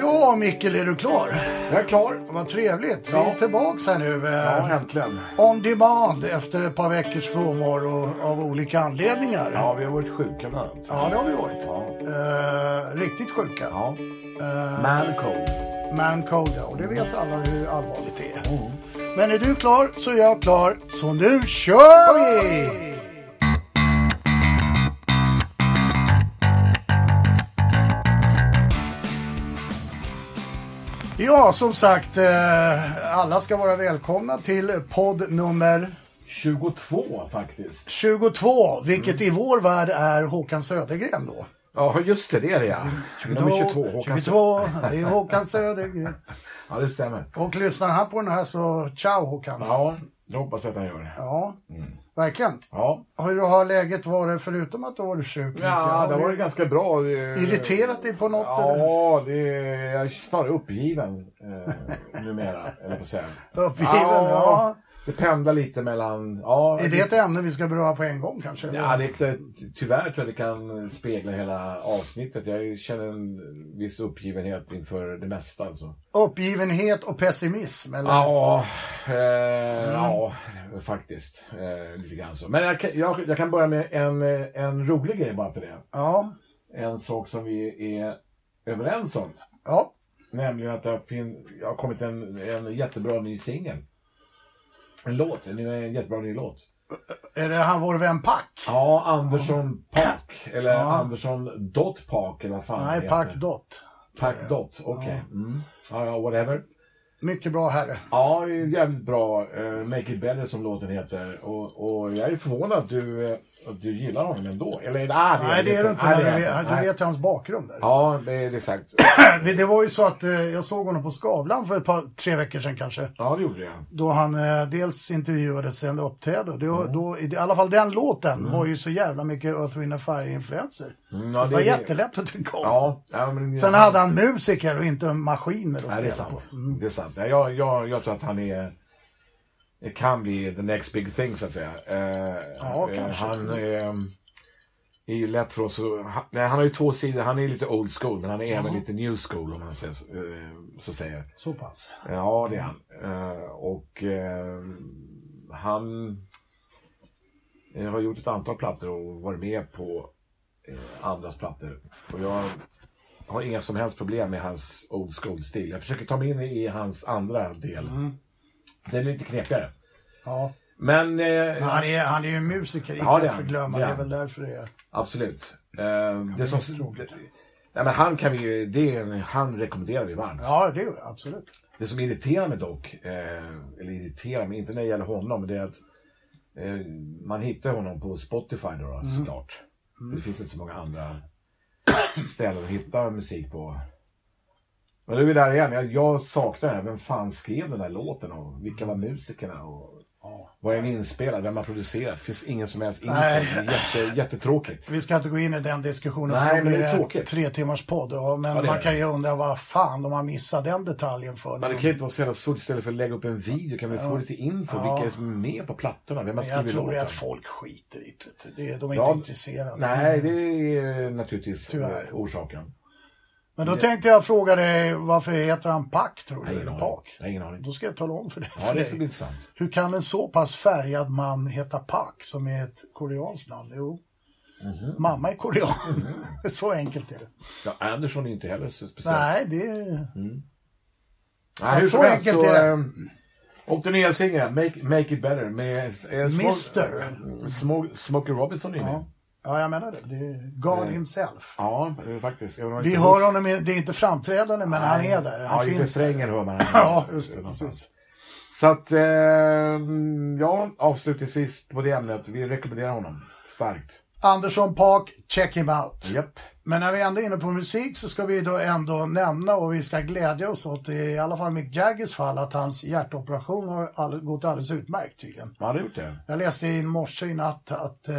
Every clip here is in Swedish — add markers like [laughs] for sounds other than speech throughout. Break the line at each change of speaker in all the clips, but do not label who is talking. Ja, Mikkel, är du klar?
Jag är klar.
Vad trevligt. Vi
Ja.
är tillbaks här nu. eh,
Ja, äntligen.
On demand efter ett par veckors frånvaro av olika anledningar.
Ja, vi har varit sjuka bland annat.
Ja, det har vi varit.
Ja.
Eh, riktigt sjuka.
ja.
Eh,
Man cold.
man cold, ja. Och det vet alla hur allvarligt det är.
Mm.
Men är du klar så är jag klar. Så nu kör vi! Ja, som sagt, eh, alla ska vara välkomna till podd nummer
22 faktiskt.
22, vilket i vår värld är Håkan Södergren då.
Ja, just det. Det är det ja. Nummer 22. Håkan
22, det är Håkan Södergren.
Ja, det stämmer.
Och lyssnar han på den här så ciao Håkan.
Ja, det hoppas jag att han gör.
Ja, verkligen.
Ja,
Hur har läget varit förutom att du har varit sjuk?
ja det
Har
var
du
ju ganska bra. Det-
Irriterat dig på något? eller?
Ja, det är, jag är snarare uppgiven eh, numera, eller på att säga.
Uppgiven, ja.
Det pendlar lite mellan... Ja,
Är det ett ämne vi ska beröra på en gång kanske?
Ja, det, är- tyvärr tror jag det kan spegla hela avsnittet. Jag känner en viss uppgivenhet inför det mesta. Alltså.
Uppgivenhet och pessimism? Eller?
Ja, eh, ja, faktiskt. Eh, lite grann så. Men jag kan, jag, jag kan börja med en, eh, en rolig grej bara för det.
Ja.
En sak som vi är överens om.
ja.
Nämligen att det har, fin- det har kommit en, en jättebra ny singel. En låt, en, en jättebra ny låt.
Är det han vår vän Pack?
Ja, Andersson Park. Eller
Ja.
Andersson Dot Park eller vad fan det
Nej,
heter.
Pack Dot.
Pack Dot, okej. Mm. Ja, ja, whatever.
Mycket bra herre.
Ja, det är jävligt bra. eh, Make It Better som låten heter. Och, och jag är förvånad att du, eh, att du gillar honom ändå. Eller ah, det
Nej, det är det inte.
Nej,
när du,
det är
vet,
inte.
du
Nej.
vet ju hans bakgrund. Där.
Ja, det är exakt.
[clears throat] Det var ju så att eh, jag såg honom på Skavlan för ett par, tre veckor sedan kanske.
Ja, det gjorde jag.
Då han eh, dels intervjuades sen uppträdde. Det,
Mm.
då, I alla fall den låten var ju så jävla mycket Earth, Wind and Fire-influenser.
Mm,
så
ja,
det
det-
var jättelätt att tycka om.
Ja, ja, men,
Sen hade han musiker och inte maskiner att
Nej, det är
spela på.
sant. Det är sant. Ja, Jag, jag, jag tror att han är... Det kan bli the next big thing, så att säga. Eh,
Ja,
eh,
kanske.
Han eh, är ju lätt för oss att... Han, nej, han har ju två sidor. Han är lite old school, men han är även lite new school, om man säger, så- eh, så säger.
Så pass.
Ja, det är han. Eh, och eh, han eh, har gjort ett antal plattor och varit med på eh, andras plattor. Och jag har inga som helst problem med hans old school-stil. Jag försöker ta mig in i hans andra del.
Mm.
Den är lite knepigare.
Ja.
Men
Men
eh,
han, är, han är ju musiker,
Ja, det
inte
är
att
han.
förglömma.
Det
Det
är
är
han.
väl därför det är.
absolut. Eh, det som,
det är tråkigt.
nej, men han kan vi ju, det är, en- han rekommenderar vi varmt.
Ja, det är det, absolut.
Det som irriterar mig dock, eh, eller irriterar mig, inte när det gäller honom, men det är att eh, man hittar honom på Spotify då,
Mm.
då såklart. Det finns inte så många andra ställen att hitta musik på. Men nu är vi där igen. Jag, jag saknar det här. Vem fan skrev den där låten och vilka var musikerna? Och
Ja.
var är den inspelad? Vem har producerat? Det finns ingen som helst info. Det
Nej. Mm.
är
[laughs]
jätte, jättetråkigt.
Vi ska inte gå in i den diskussionen för
Nej,
då
men
blir
det är
det en
tråkigt.
tre timmars podd. Ja, men
Ja, det är
man
det.
kan ju undra vad fan de har missat den detaljen för.
Men det kan ju inte vara så jävla stort. Istället för att lägga upp en video kan vi få lite info.
Ja.
Vilka är det som är med på plattorna? Vem har
Men jag
skrivit
tror ju
låten?
att folk skiter i det. det. De är
Ja,
inte intresserade.
Nej, det är naturligtvis
Tyvärr.
eh, orsaken.
Men då tänkte jag fråga dig, varför heter han Pack tror du?
Jag har
Eller
ingen
Pak?
aning. Jag har ingen aning.
Då ska jag tala om för dig.
Ja,
för
det
dig.
ska bli intressant.
Hur kan en så pass färgad man heta Pak som är ett koreanskt namn? Jo, mamma är korean. [laughs] så enkelt är det.
Ja, Andersson är inte heller så speciellt.
Nej, det är...
Nej, hur
så
som helst
enkelt
så,
är det.
ehm, Och den nya singeln, Make, Make It Better, med eh, Smog-
Mister.
eh, Smog- Smokey Robinson inne. Ja,
Ja. ja, jag menar det. Det är God himself.
ja det är faktiskt. Jag vet
Vi
inte
hör
hur-
honom, i- det är inte framträdande, men han är där. Han
ja, i
finns.
refrängen hör man
[laughs] Ja, just det.
någonstans.
Precis.
Så att, ehm, ja, avslutningsvis på det ämnet. Vi rekommenderar honom starkt.
Andersson Pak, check him out.
Japp.
Men när vi ändå är inne på musik så ska vi då ändå nämna och vi ska glädja oss åt, i alla fall Mick Jaggers fall, att hans hjärtoperation har all, gått alldeles utmärkt tydligen.
Han har gjort det.
Jag läste i morse i natt att eh,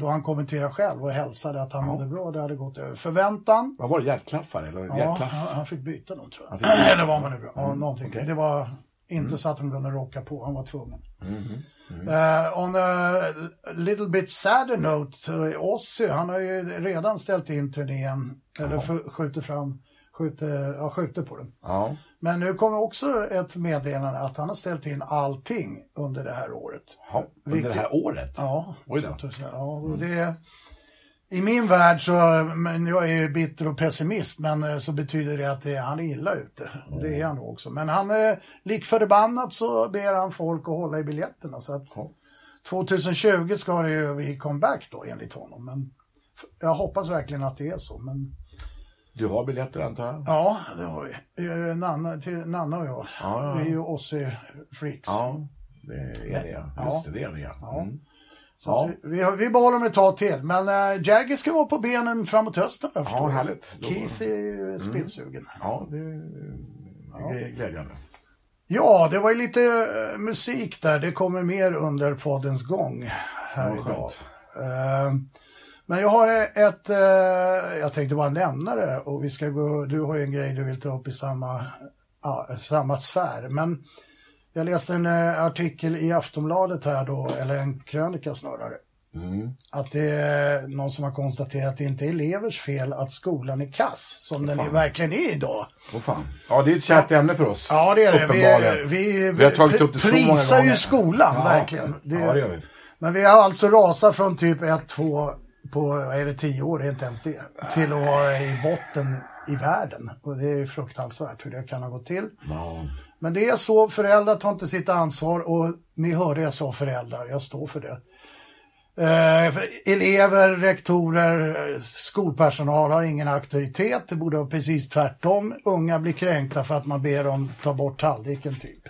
då han kommenterade själv och hälsade att han
Ja.
mådde bra, det hade gått över förväntan.
Vad var det? Hjärtklaffar? Eller
Ja,
hjärtklaff?
han, han fick byta Mm. någon tror jag. [clears throat]
Han fick byta.
Eller var man nu bra? Ja, någonting.
okej.
Det var Inte så att han kunde råka på, han var tvungen. Mm-hmm. Eh, on a little bit sadder note, så Ozzy, han har ju redan ställt in turnén, eller sk- skjuter fram, skjuter, ja, skjuter på den.
Ja.
Men nu kommer också ett meddelande att han har ställt in allting under det här året.
ja. Under det här året?
Ja,
Oj då.
2000, ja och det, I min värld så, men jag är ju bitter och pessimist, men eh, så betyder det att det, han är illa ute.
Mm.
Och det är han nog också. Men han, eh, lik förbannat så ber han folk att hålla i biljetterna. Så att
Ja.
2020 ska det ju bli comeback då enligt honom. Men f- jag hoppas verkligen att det är så. Men
Du har biljetter antar jag?
ja, det har vi. Eh, Nanna, till Nanna och jag,
Ja, ja, ja.
vi är ju Ozzy-freaks.
Ja, det är det.
Ja.
Just det, det är det.
Ja.
Mm.
Så att vi, vi, har- vi behåller dem ett tag till, men äh, Jagger ska vara på benen framåt hösten. Jag förstår.
härligt. Då- Mm.
Keith är ju spelsugen.
Ja, det är glädjande.
Ja, det var ju lite eh, musik där. Det kommer mer under poddens gång här
Ja,
idag.
skönt.
Eh, men jag har ett, eh, jag tänkte bara nämna det och vi ska gå, du har ju en grej du vill ta upp i samma, ja, samma sfär. Men jag läste en eh, artikel i Aftonbladet här då, eller en krönika snarare.
Mm.
att det är någon som har konstaterat att det inte är elevers fel att skolan är kass, som den
Fan.
verkligen är idag.
Åh fan. Ja, det är ett kärt ämne för oss.
Ja, det är det. Vi,
Uppenbarligen.
vi,
Vi har tagit upp det så många
prisar
gånger.
ju skolan,
Ja.
verkligen. Det-
Ja, det gör vi.
Men vi har alltså rasat från typ 1-2 på, vad är det, 10 år, det är inte ens det, till att vara i botten i världen. Och det är ju fruktansvärt hur det kan ha gått till.
Ja.
Men det är så, föräldrar tar inte sitt ansvar och ni hörde jag sa föräldrar, jag står för det. Eh, för elever, rektorer, eh, skolpersonal har ingen auktoritet, det borde vara precis tvärtom. Unga blir kränkta för att man ber dem ta bort tallriken typ.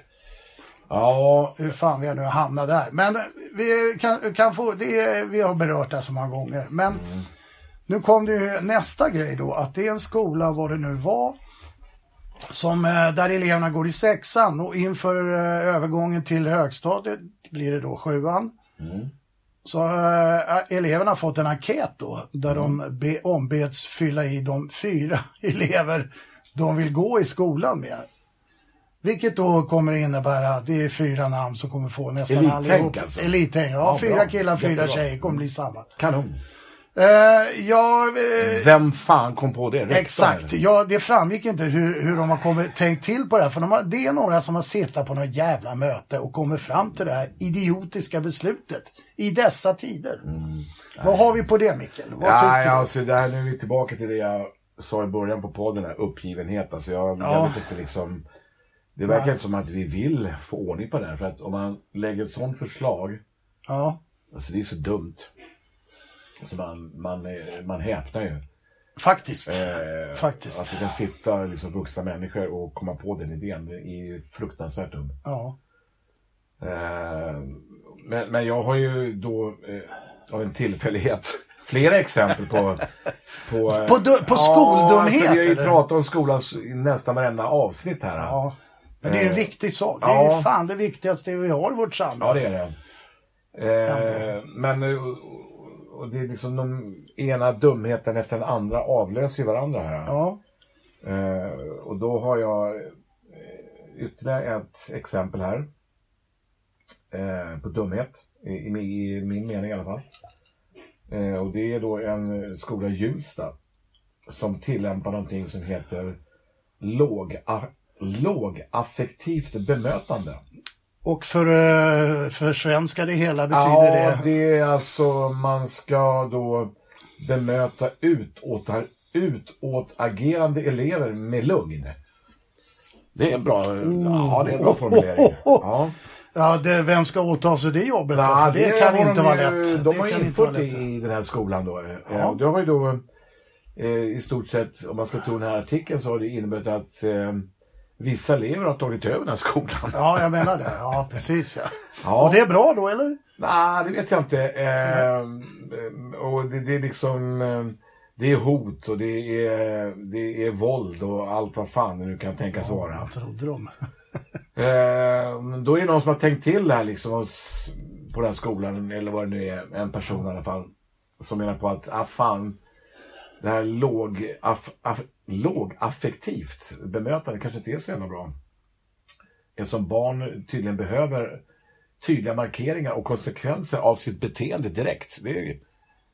ja,
Hur fan vi nu hamnat där. Men eh, vi, kan, kan få, det, är- vi har berört det så många gånger. Men nu kom det ju nästa grej då, att det är en skola, vad det nu var, som, eh, där eleverna går i sexan och inför eh, övergången till högstadiet blir det då sjuan.
Mm.
Så eh, eleverna har fått en enkät då där
Mm.
de be, ombeds fylla i de fyra [laughs] elever de vill gå i skolan med. Vilket då kommer innebära att det är fyra namn som kommer få nästan
Elittänk
allihop.
alltså.
Elittänk, ja.
Ja,
fyra
bra.
killar, fyra
Jättebra. Mm.
tjejer kommer bli samma.
kanon.
Eh, ja, eh,
Vem fan kom på det? Rektorn,
Exakt,
eller?
ja det framgick inte hur, hur de har kommit, tänkt till på det här. För de har, det är några som har suttit på något jävla möte och kommit fram till det här idiotiska beslutet i dessa tider. Vad har vi på det Mikael? Vad
Mm. Ja,
tycker
ja,
du?
alltså, där, nu är vi tillbaka till det jag sa i början på podden, här, uppgivenhet. Alltså, jag,
Ja.
jag vet inte liksom... Det verkar inte som att vi vill få ordning på det här. För att om man lägger ett sånt förslag,
Ja.
alltså det är så dumt. Alltså, man, man, eh, man häpnar ju.
Faktiskt.
Eh,
Faktiskt.
Att vi kan sitta liksom, vuxna människor och komma på den idén. Det är ju fruktansvärt dumt.
Ja.
Eh, men, men jag har ju då eh, av en tillfällighet [laughs] flera exempel på... På, eh,
På du- på skoldumhet,
Ja, alltså, vi har ju
eller?
pratat om skolans i nästan varenda avsnitt här. Ja,
ja. Men det är ju en viktig sak. Det är
Eh, ja.
ju fan det viktigaste vi har i vårt samhälle.
det är det. Eh, men eh, och- och det är liksom den ena dumheten efter den andra avlöser ju varandra här.
Ja.
Eh, och då har jag eh, ytterligare ett exempel här. Eh, på dumhet, i, i, min- i min mening i alla fall. Eh, och det är då en eh, skola i Hjulsta som tillämpar någonting som heter låga, lågaffektivt bemötande.
Och för, eh, för svenska det hela betyder
ja,
det...
det är alltså man ska då bemöta utåt, utåtagerande elever med lugn. Det är en bra, ja, det är en bra formulering. Ja.
Ja, det, vem ska åta sig det jobbet då?
Ja,
För det, kan
har
inte
de
vara
ju-
lätt.
De
det kan
har
inte
infört
vara
det
lätt.
i den här skolan då.
Ja.
Ja. Det har ju då eh, i stort sett, om man ska tro den här artikeln, så har det inneburit att eh, vissa elever har tagit över den här skolan.
Ja, jag menar det.
[laughs]
Ja, precis ja.
Ja.
Och det är bra då, eller?
Nej, Ah, det vet jag inte. Eh, och det, det är liksom... eh, Det är hot och det är, det är våld och allt vad fan det nu kan tänkas vara.
Jag trodde de.
Eh, men då är det någon som har tänkt till här liksom och s- på den här skolan, eller vad det nu är, en person i alla fall. Som menar på att, ah fan, det här låg, aff, aff, lågaffektivt bemötande kanske inte är så jävla bra. Eftersom barn tydligen behöver tydliga markeringar och konsekvenser av sitt beteende direkt. Det är ju-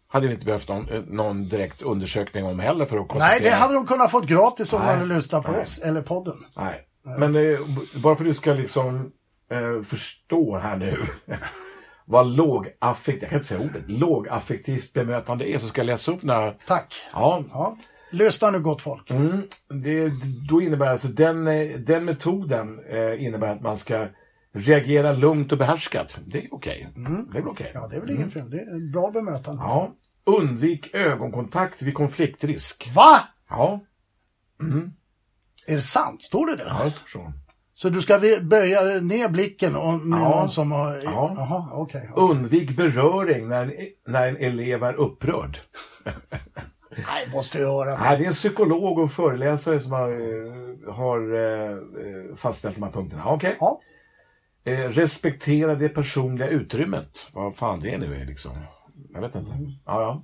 hade vi inte behövt någon, eh, någon direkt undersökning om heller för att konstatera.
Nej, det hade de kunnat fått gratis om de
Nej.
hade lyssnat på
Nej.
oss eller podden.
Nej. Men eh, b- bara för att du ska liksom eh, förstå här nu [laughs] vad lågaffektivt, jag kan inte säga ordet, lågaffektivt bemötande är så ska jag läsa upp några
Tack.
Ja,
Ja. Lyssna nu gott folk.
Mm, det, då innebär alltså den, eh, den metoden eh, innebär att man ska reagera lugnt och behärskat. Det är okej. Mm. Det är väl okej.
Ja, det är väl ingen film. Det är en bra bemötande.
Ja. Undvik ögonkontakt vid konfliktrisk.
Va?
Ja,
Är det sant? Står det det?
ja det står så.
Så du ska vi- böja ner blicken om med
Ja.
någon som har...
Ja.
Jaha, okej.
Undvik beröring när en, när en elev är upprörd.
Nej, måste jag höra.
Nej, det är en psykolog och föreläsare som har, eh, har eh, eh, fastställt de här punkterna. Ja, Okej.
Ja.
Eh, respektera det personliga utrymmet. Vad fan det nu är liksom. Jag vet inte. Ja,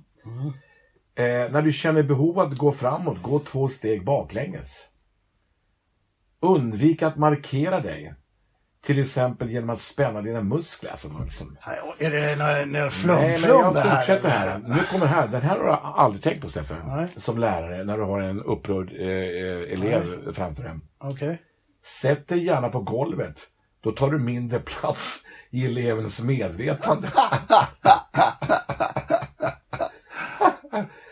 ja. Eh, när du känner behov att gå framåt, gå två steg baklänges. Undvik att markera dig. Till exempel genom att spänna dina muskler. Alltså, liksom.
Nej, och Är det en, en
Nej, men
flum-flum
jag
det här?
fortsätter här.
eller?
Nu kommer här. Den här har jag aldrig tänkt på, Steffe.
Nej.
Som lärare, när du har en upprörd eh, eh, elev framför dig.
Okej.
Sätt dig gärna på golvet. Då tar du mindre plats i elevens [laughs] medvetande.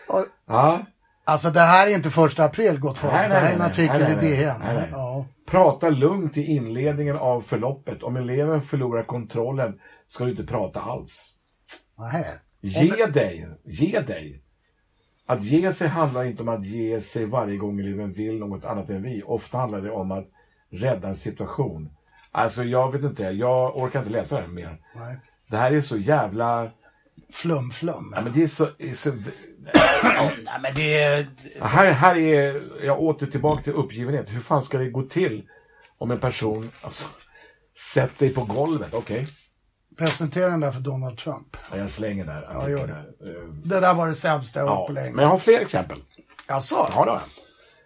Och-
ja.
Alltså det här är inte första april gott folk.
Nej, nej,
det här är
nej,
en
nej.
artikel
Nej, nej,
i
nej.
DN.
Nej, nej.
Ja.
Prata lugnt i inledningen av förloppet. Om eleven förlorar kontrollen ska du inte prata alls.
Nej.
Ge dig, ge dig. Att ge sig handlar inte om att ge sig varje gång eleven vill något annat än vi. Ofta handlar det om att rädda en situation. Alltså jag vet inte, jag orkar inte läsa det här mer.
nej.
Det här är så jävla...
Flum-flum.
Ja, men det är så... det Är så
Nej, men det är...
här, här är... Jag åter tillbaka till uppgivenhet. Hur fan ska det gå till om en person... Alltså, sätt dig på golvet. Okej,
Presentera den där för Donald Trump.
Ja, jag slänger där.
Ja, gör det.
Där. Eh,
Det där var det sämsta jag har hört
Ja,
på länge.
men jag har fler exempel.
Jaså?
Ja, det har jag.
Inom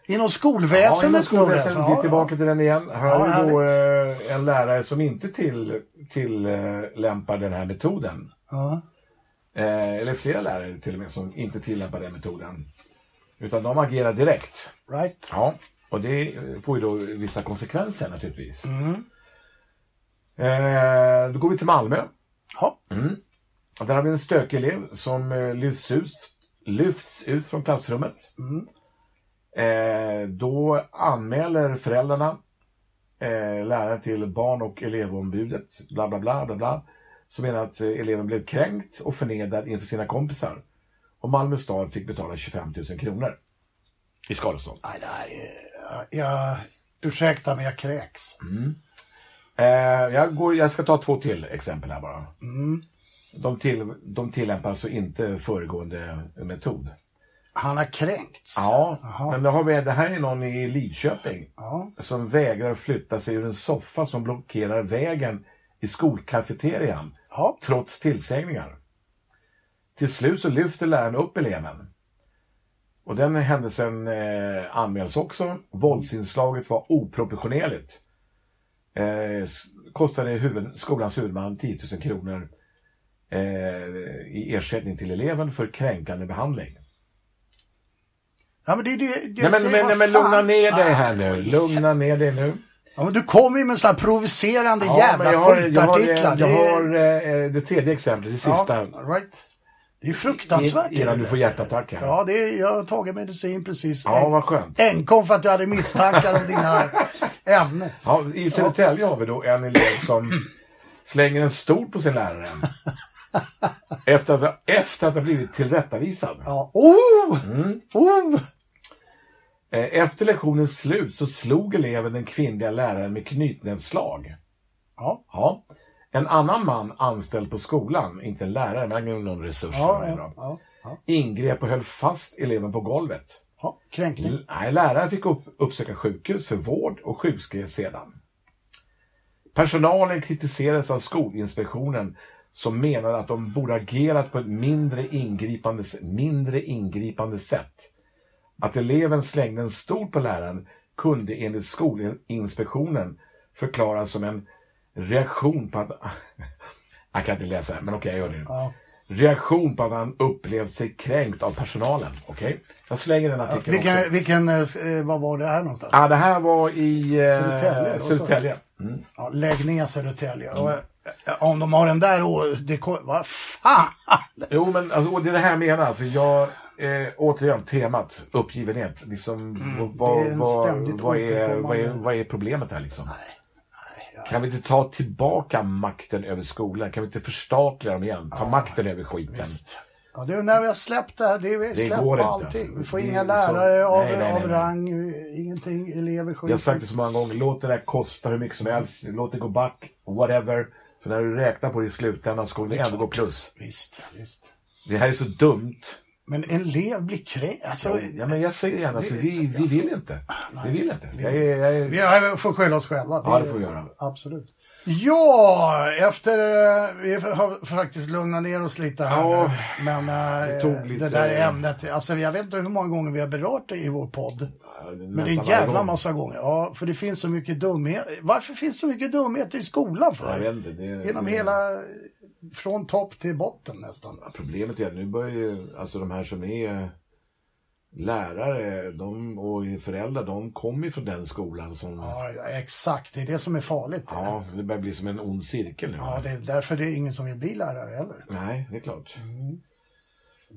Ja, inom
skolväsendet?
skolväsendet. Vi är tillbaka till den igen.
Ja,
Här är då eh, en lärare som inte till, tillämpar den här metoden.
Ja.
Eh, eller flera lärare till och med som inte tillämpar den metoden. Utan de agerar direkt.
Right?
Ja, och det får ju då vissa konsekvenser naturligtvis. Eh, då går vi till Malmö.
Ja.
Och Där har vi en stökig elev som eh, lyfts ut, lyfts ut från klassrummet. Eh, då anmäler föräldrarna eh, läraren till barn och elevombudet, bla bla bla, bla, bla som menar att eh, eleven blev kränkt och förnedrad inför sina kompisar. Och Malmö stad fick betala 25 000 kronor i skadestånd.
Nej, det här är... Jag... Ursäkta, men jag kräks.
Eh, jag, går, jag ska ta två till exempel här bara.
Mm.
De, till, de tillämpar alltså inte föregående metod.
Han har kränkts.
Ja,
Jaha.
men då har vi, det här är någon i Lidköping
Ja.
som vägrar flytta sig ur en soffa som blockerar vägen i skolkafeterian
Ja.
trots tillsägningar. Till slut så lyfter läraren upp eleven. Och den händelsen eh, anmäls också. Våldsinslaget var oproportionerligt. Eh, s- kostade huvud, skolans huvudman 10 000 kronor eh, i ersättning till eleven för kränkande behandling.
Ja, men det är det... det
Nej men,
säger
men,
vad
nej, men
fan.
lugna ner dig här nu. Lugna ner dig nu.
Ja, men du kommer ju med sådana här provocerande jävla
men jag har, jag har,
skitartiklar.
eh, jag
Det är-
har eh, det tredje exemplet, det sista.
Ja, right. Det är fruktansvärt.
Innan
det
du
där.
får hjärtattack här.
Ja, det är, jag har tagit medicin precis.
Ja, vad skönt.
Enkom för att jag hade misstankar om dina ämnen.
Ja, I Södertälje har vi då en elev som slänger en stol på
[laughs]
sin lärare. efter, att, efter att ha blivit tillrättavisad. Mm.
Ja. Oh! oh!
Eh, Efter lektionens slut så slog eleven den kvinnliga läraren med knytnävsslag.
Ja.
Ja. En annan man anställd på skolan, inte en lärare, men han är någon resurs.
Ja,
det är
ja,
bra,
ja, ja,
Ingrep och höll fast eleven på golvet.
ja. Kränkning.
L- Nej, läraren fick upp, uppsöka sjukhus för vård och sjukskrevs sedan. Personalen kritiserades av Skolinspektionen som menade att de borde agerat på ett mindre ingripande, s- mindre ingripande sätt. Att eleven slängde en stol på läraren kunde enligt Skolinspektionen förklarad som en reaktion på att... [laughs] Han kan inte läsa, men okej, jag gör det nu.
Ja.
Reaktion på att han upplevt sig kränkt av personalen. Okej? Jag slänger den artikeln också.
Vilken, vilken, eh, s- eh, vad var det här någonstans?
Ah, det här var i eh,
Södertälje, då,
Södertälje. Mm.
Ja, lägg ner Södertälje. Och, eh, om de har den där å... Det, ko- vad fan!
Jo, men alltså, och det är det här jag menar. Alltså, jag, eh, återigen, temat uppgivenhet. Liksom, vad,
Mm. det är
vad,
en
vad,
ständigt
vad, är, vad, är,
återkommande-
vad är problemet här liksom?
ja.
Kan vi inte ta tillbaka makten över skolan? Kan vi inte förstatliga dem igen? Ta makten över skiten.
Ja, det är när vi har släppt det här, det är vi släppt
går
på
inte,
allting.
alltså.
Vi får
Det är
inga
så-
lärare av,
Nej, nej, nej,
av
nej.
rang, ingenting, elever skiter.
Jag har sagt det så många gånger, låt det där kosta hur mycket som helst, låt det gå back, whatever. För när du räknar på det i slutändan så kommer det ändå gå plus.
Visst, visst.
Det här är så dumt.
Men en elev blir kränkt. Alltså,
Ja, men jag säger gärna, alltså, vi, vi vill inte. Vi vill inte. Jag är, jag är...
vi har- får skylla oss själva.
Ja, det får vi göra.
Absolut. Ja, efter... eh, Vi har faktiskt lugnat ner oss lite här
Ja,
nu. Men eh,
det tog
det,
lite-
där ämnet, alltså jag vet inte hur många gånger vi har berört det i vår podd. Men det är en
Nästan varje
jävla
gång.
massa gånger. Ja, för det finns så mycket dumhet. Varför finns så mycket dumheter i skolan
Jag
för?
vet inte, det,
Genom
det,
hela... Från topp till botten nästan.
Problemet är att nu börjar ju, alltså de här som är lärare de, och föräldrar, de kommer ju från den skolan som... Ja.
Ja, exakt. Det är det som är farligt.
så det börjar bli som en ond cirkel nu.
Ja, det är därför det är ingen som vill bli lärare heller.
Nej, det är klart.
Mm.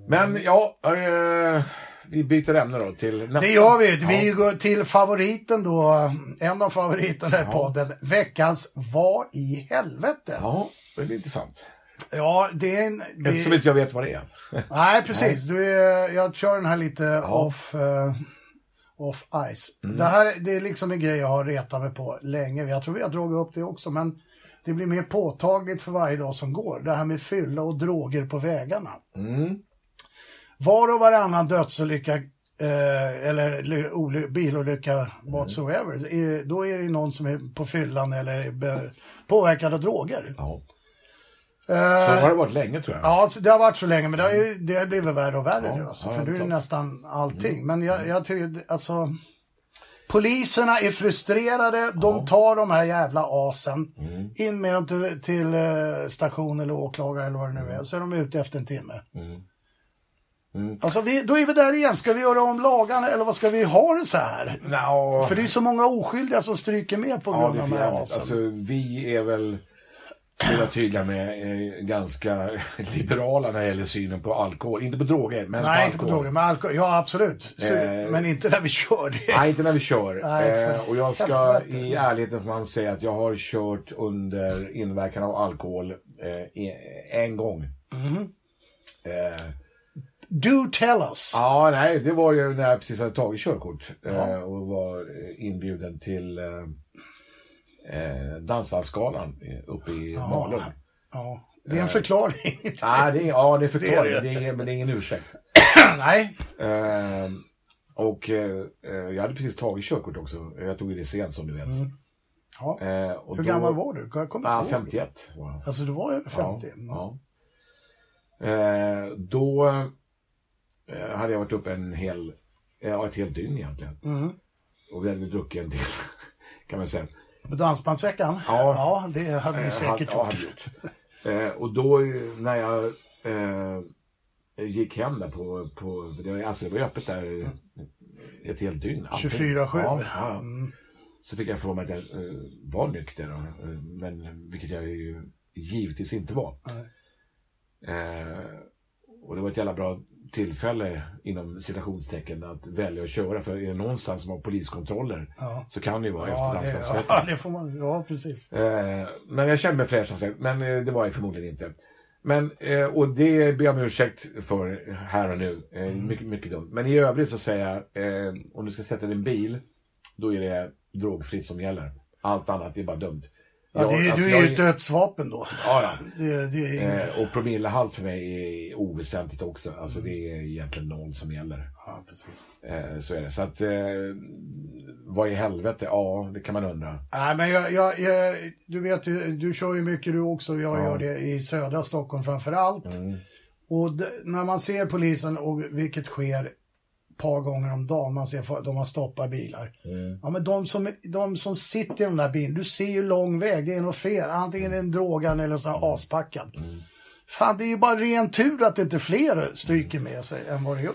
Men ja, eh, vi byter ämne då till nästa.
Det gör vi. Vi går till favoriten då. En av favoriterna i
Ja.
podden. Veckans Vad i helvete? Ja,
Ja, det är intressant.
det är en... Det,
Eftersom inte jag vet vad det är.
Nej, precis. Du är, jag kör den här lite off, eh, off ice. Det här det är liksom en grej jag har retat mig på länge. Jag tror vi har dragit upp det också, men det blir mer påtagligt för varje dag som går. Det här med fylla och droger på vägarna.
Mm.
Var och varannan dödsolycka eh, eller ly- oly- bilolycka whatsoever, eh, då är det ju någon som är på fyllan eller är be- påverkad av droger.
Ja. Så
Eh,
har det varit länge tror jag.
Ja, alltså, det har varit så länge, men det har, ju, det har blivit värre och värre
Mm. Ja,
nu. Alltså,
ja,
för nu är det
klart. Mm.
nästan allting. Men jag, jag tycker, alltså... Poliserna är frustrerade, de tar de här jävla asen,
Mm.
in med dem till, till eh, station eller åklagare eller vad det nu
Mm.
är, så är de ute efter en timme. Alltså, vi, då är vi där igen. Ska vi göra om lagarna eller vad ska vi ha det så här?
Nå,
För det är ju så många oskyldiga som stryker med på
ja,
grund
det är
av
för
de här liksom.
jävligt.
asen.
Alltså, vi är väl, vill jag tydliga med, eh, ganska [laughs] liberala när det gäller synen på alkohol. Inte på droger, men
Nej,
på
inte på
alkohol.
droger, men alkohol. Ja, absolut. Så,
Eh.
Men inte när vi kör det.
Nej, inte när vi kör.
Nej, för
eh, och jag ska
helvete.
i ärlighetens namn säga att jag har kört under inverkan av alkohol eh, i- en gång.
Mm-hmm.
Eh,
Do tell us.
ja, nej, det var ju när jag precis hade tagit körkort eh, och var eh, inbjuden till eh, eh, Dansbandsgalan eh, uppe i Malung.
Ja, det är
Eh.
en
[laughs]
förklaring.
Nej, det är, ja, det är förklaring,
Det
det
är
är
det.
ingen- men det är ingen ursäkt.
Nej.
Eh, och eh, eh, jag hade precis tagit körkort också. Jag tog ju det sent som du vet.
Mm. Ja.
Eh, och
Hur
då-
gammal var du? Jag kommer
Ja,
inte ihåg.
51 var jag.
Alltså du var ju 50. Mm.
Ja, ja. Eh, då eh, hade jag varit uppe en hel, eh, ja, ett helt dygn egentligen.
Mm.
Och vi hade väl druckit en del, [laughs] kan man säga.
På Dansbandsveckan?
Ja.
ja, det hade ni
Eh,
säkert
hade- ja,
gjort.
hade gjort. Eh, och då eh, när jag eh, gick hem där på, på det var, alltså det var ju öppet där ett helt dygn. allting.
24-7.
Ja, ja.
Mm.
Så fick jag för mig att jag eh, var nykter, och, eh, men, vilket jag ju givetvis inte var.
Nej.
Eh, och det var ett jävla bra tillfälle inom citationstecken att välja att köra. För är det någonstans som har poliskontroller
Ja.
så kan det ju vara
Ja,
efter
det,
landskapsrätten.
[laughs] ja, det får man. Ja, precis.
Eh, men jag kände mig fräsch som sagt, men eh, det var jag förmodligen inte. Men, eh, och det ber jag om ursäkt för här och nu. Eh,
Mm.
Mycket, mycket dumt. Men i övrigt så säger jag, eh, om du ska sätta din bil, då är det drogfritt som gäller. Allt annat är bara dumt.
Ja, det, är-
Jag- alltså,
du
jag
är
är
ju ett dödsvapen då.
Ja, ja.
Det, det är inget.
Eh, och promillehalt för mig är oväsentligt också. Alltså det är egentligen noll som gäller.
Ja, precis.
Eh, så är det. Så att, eh, vad i helvete? Ja, det kan man undra.
Nej, men jag, jag, jag, du vet ju, du kör ju mycket du också. Jag
Ja. Mm.
gör det i södra Mm, Stockholm framför allt. Och d- när man ser polisen och vilket sker par gånger om dagen man ser för- de har stoppat bilar. Ja, men de, som, de som sitter i de där bilarna, du ser ju lång väg, det är något fel. Antingen är det en drogad eller så här aspackad. Fan, det är ju bara ren tur att inte fler stryker med sig än vad det gör.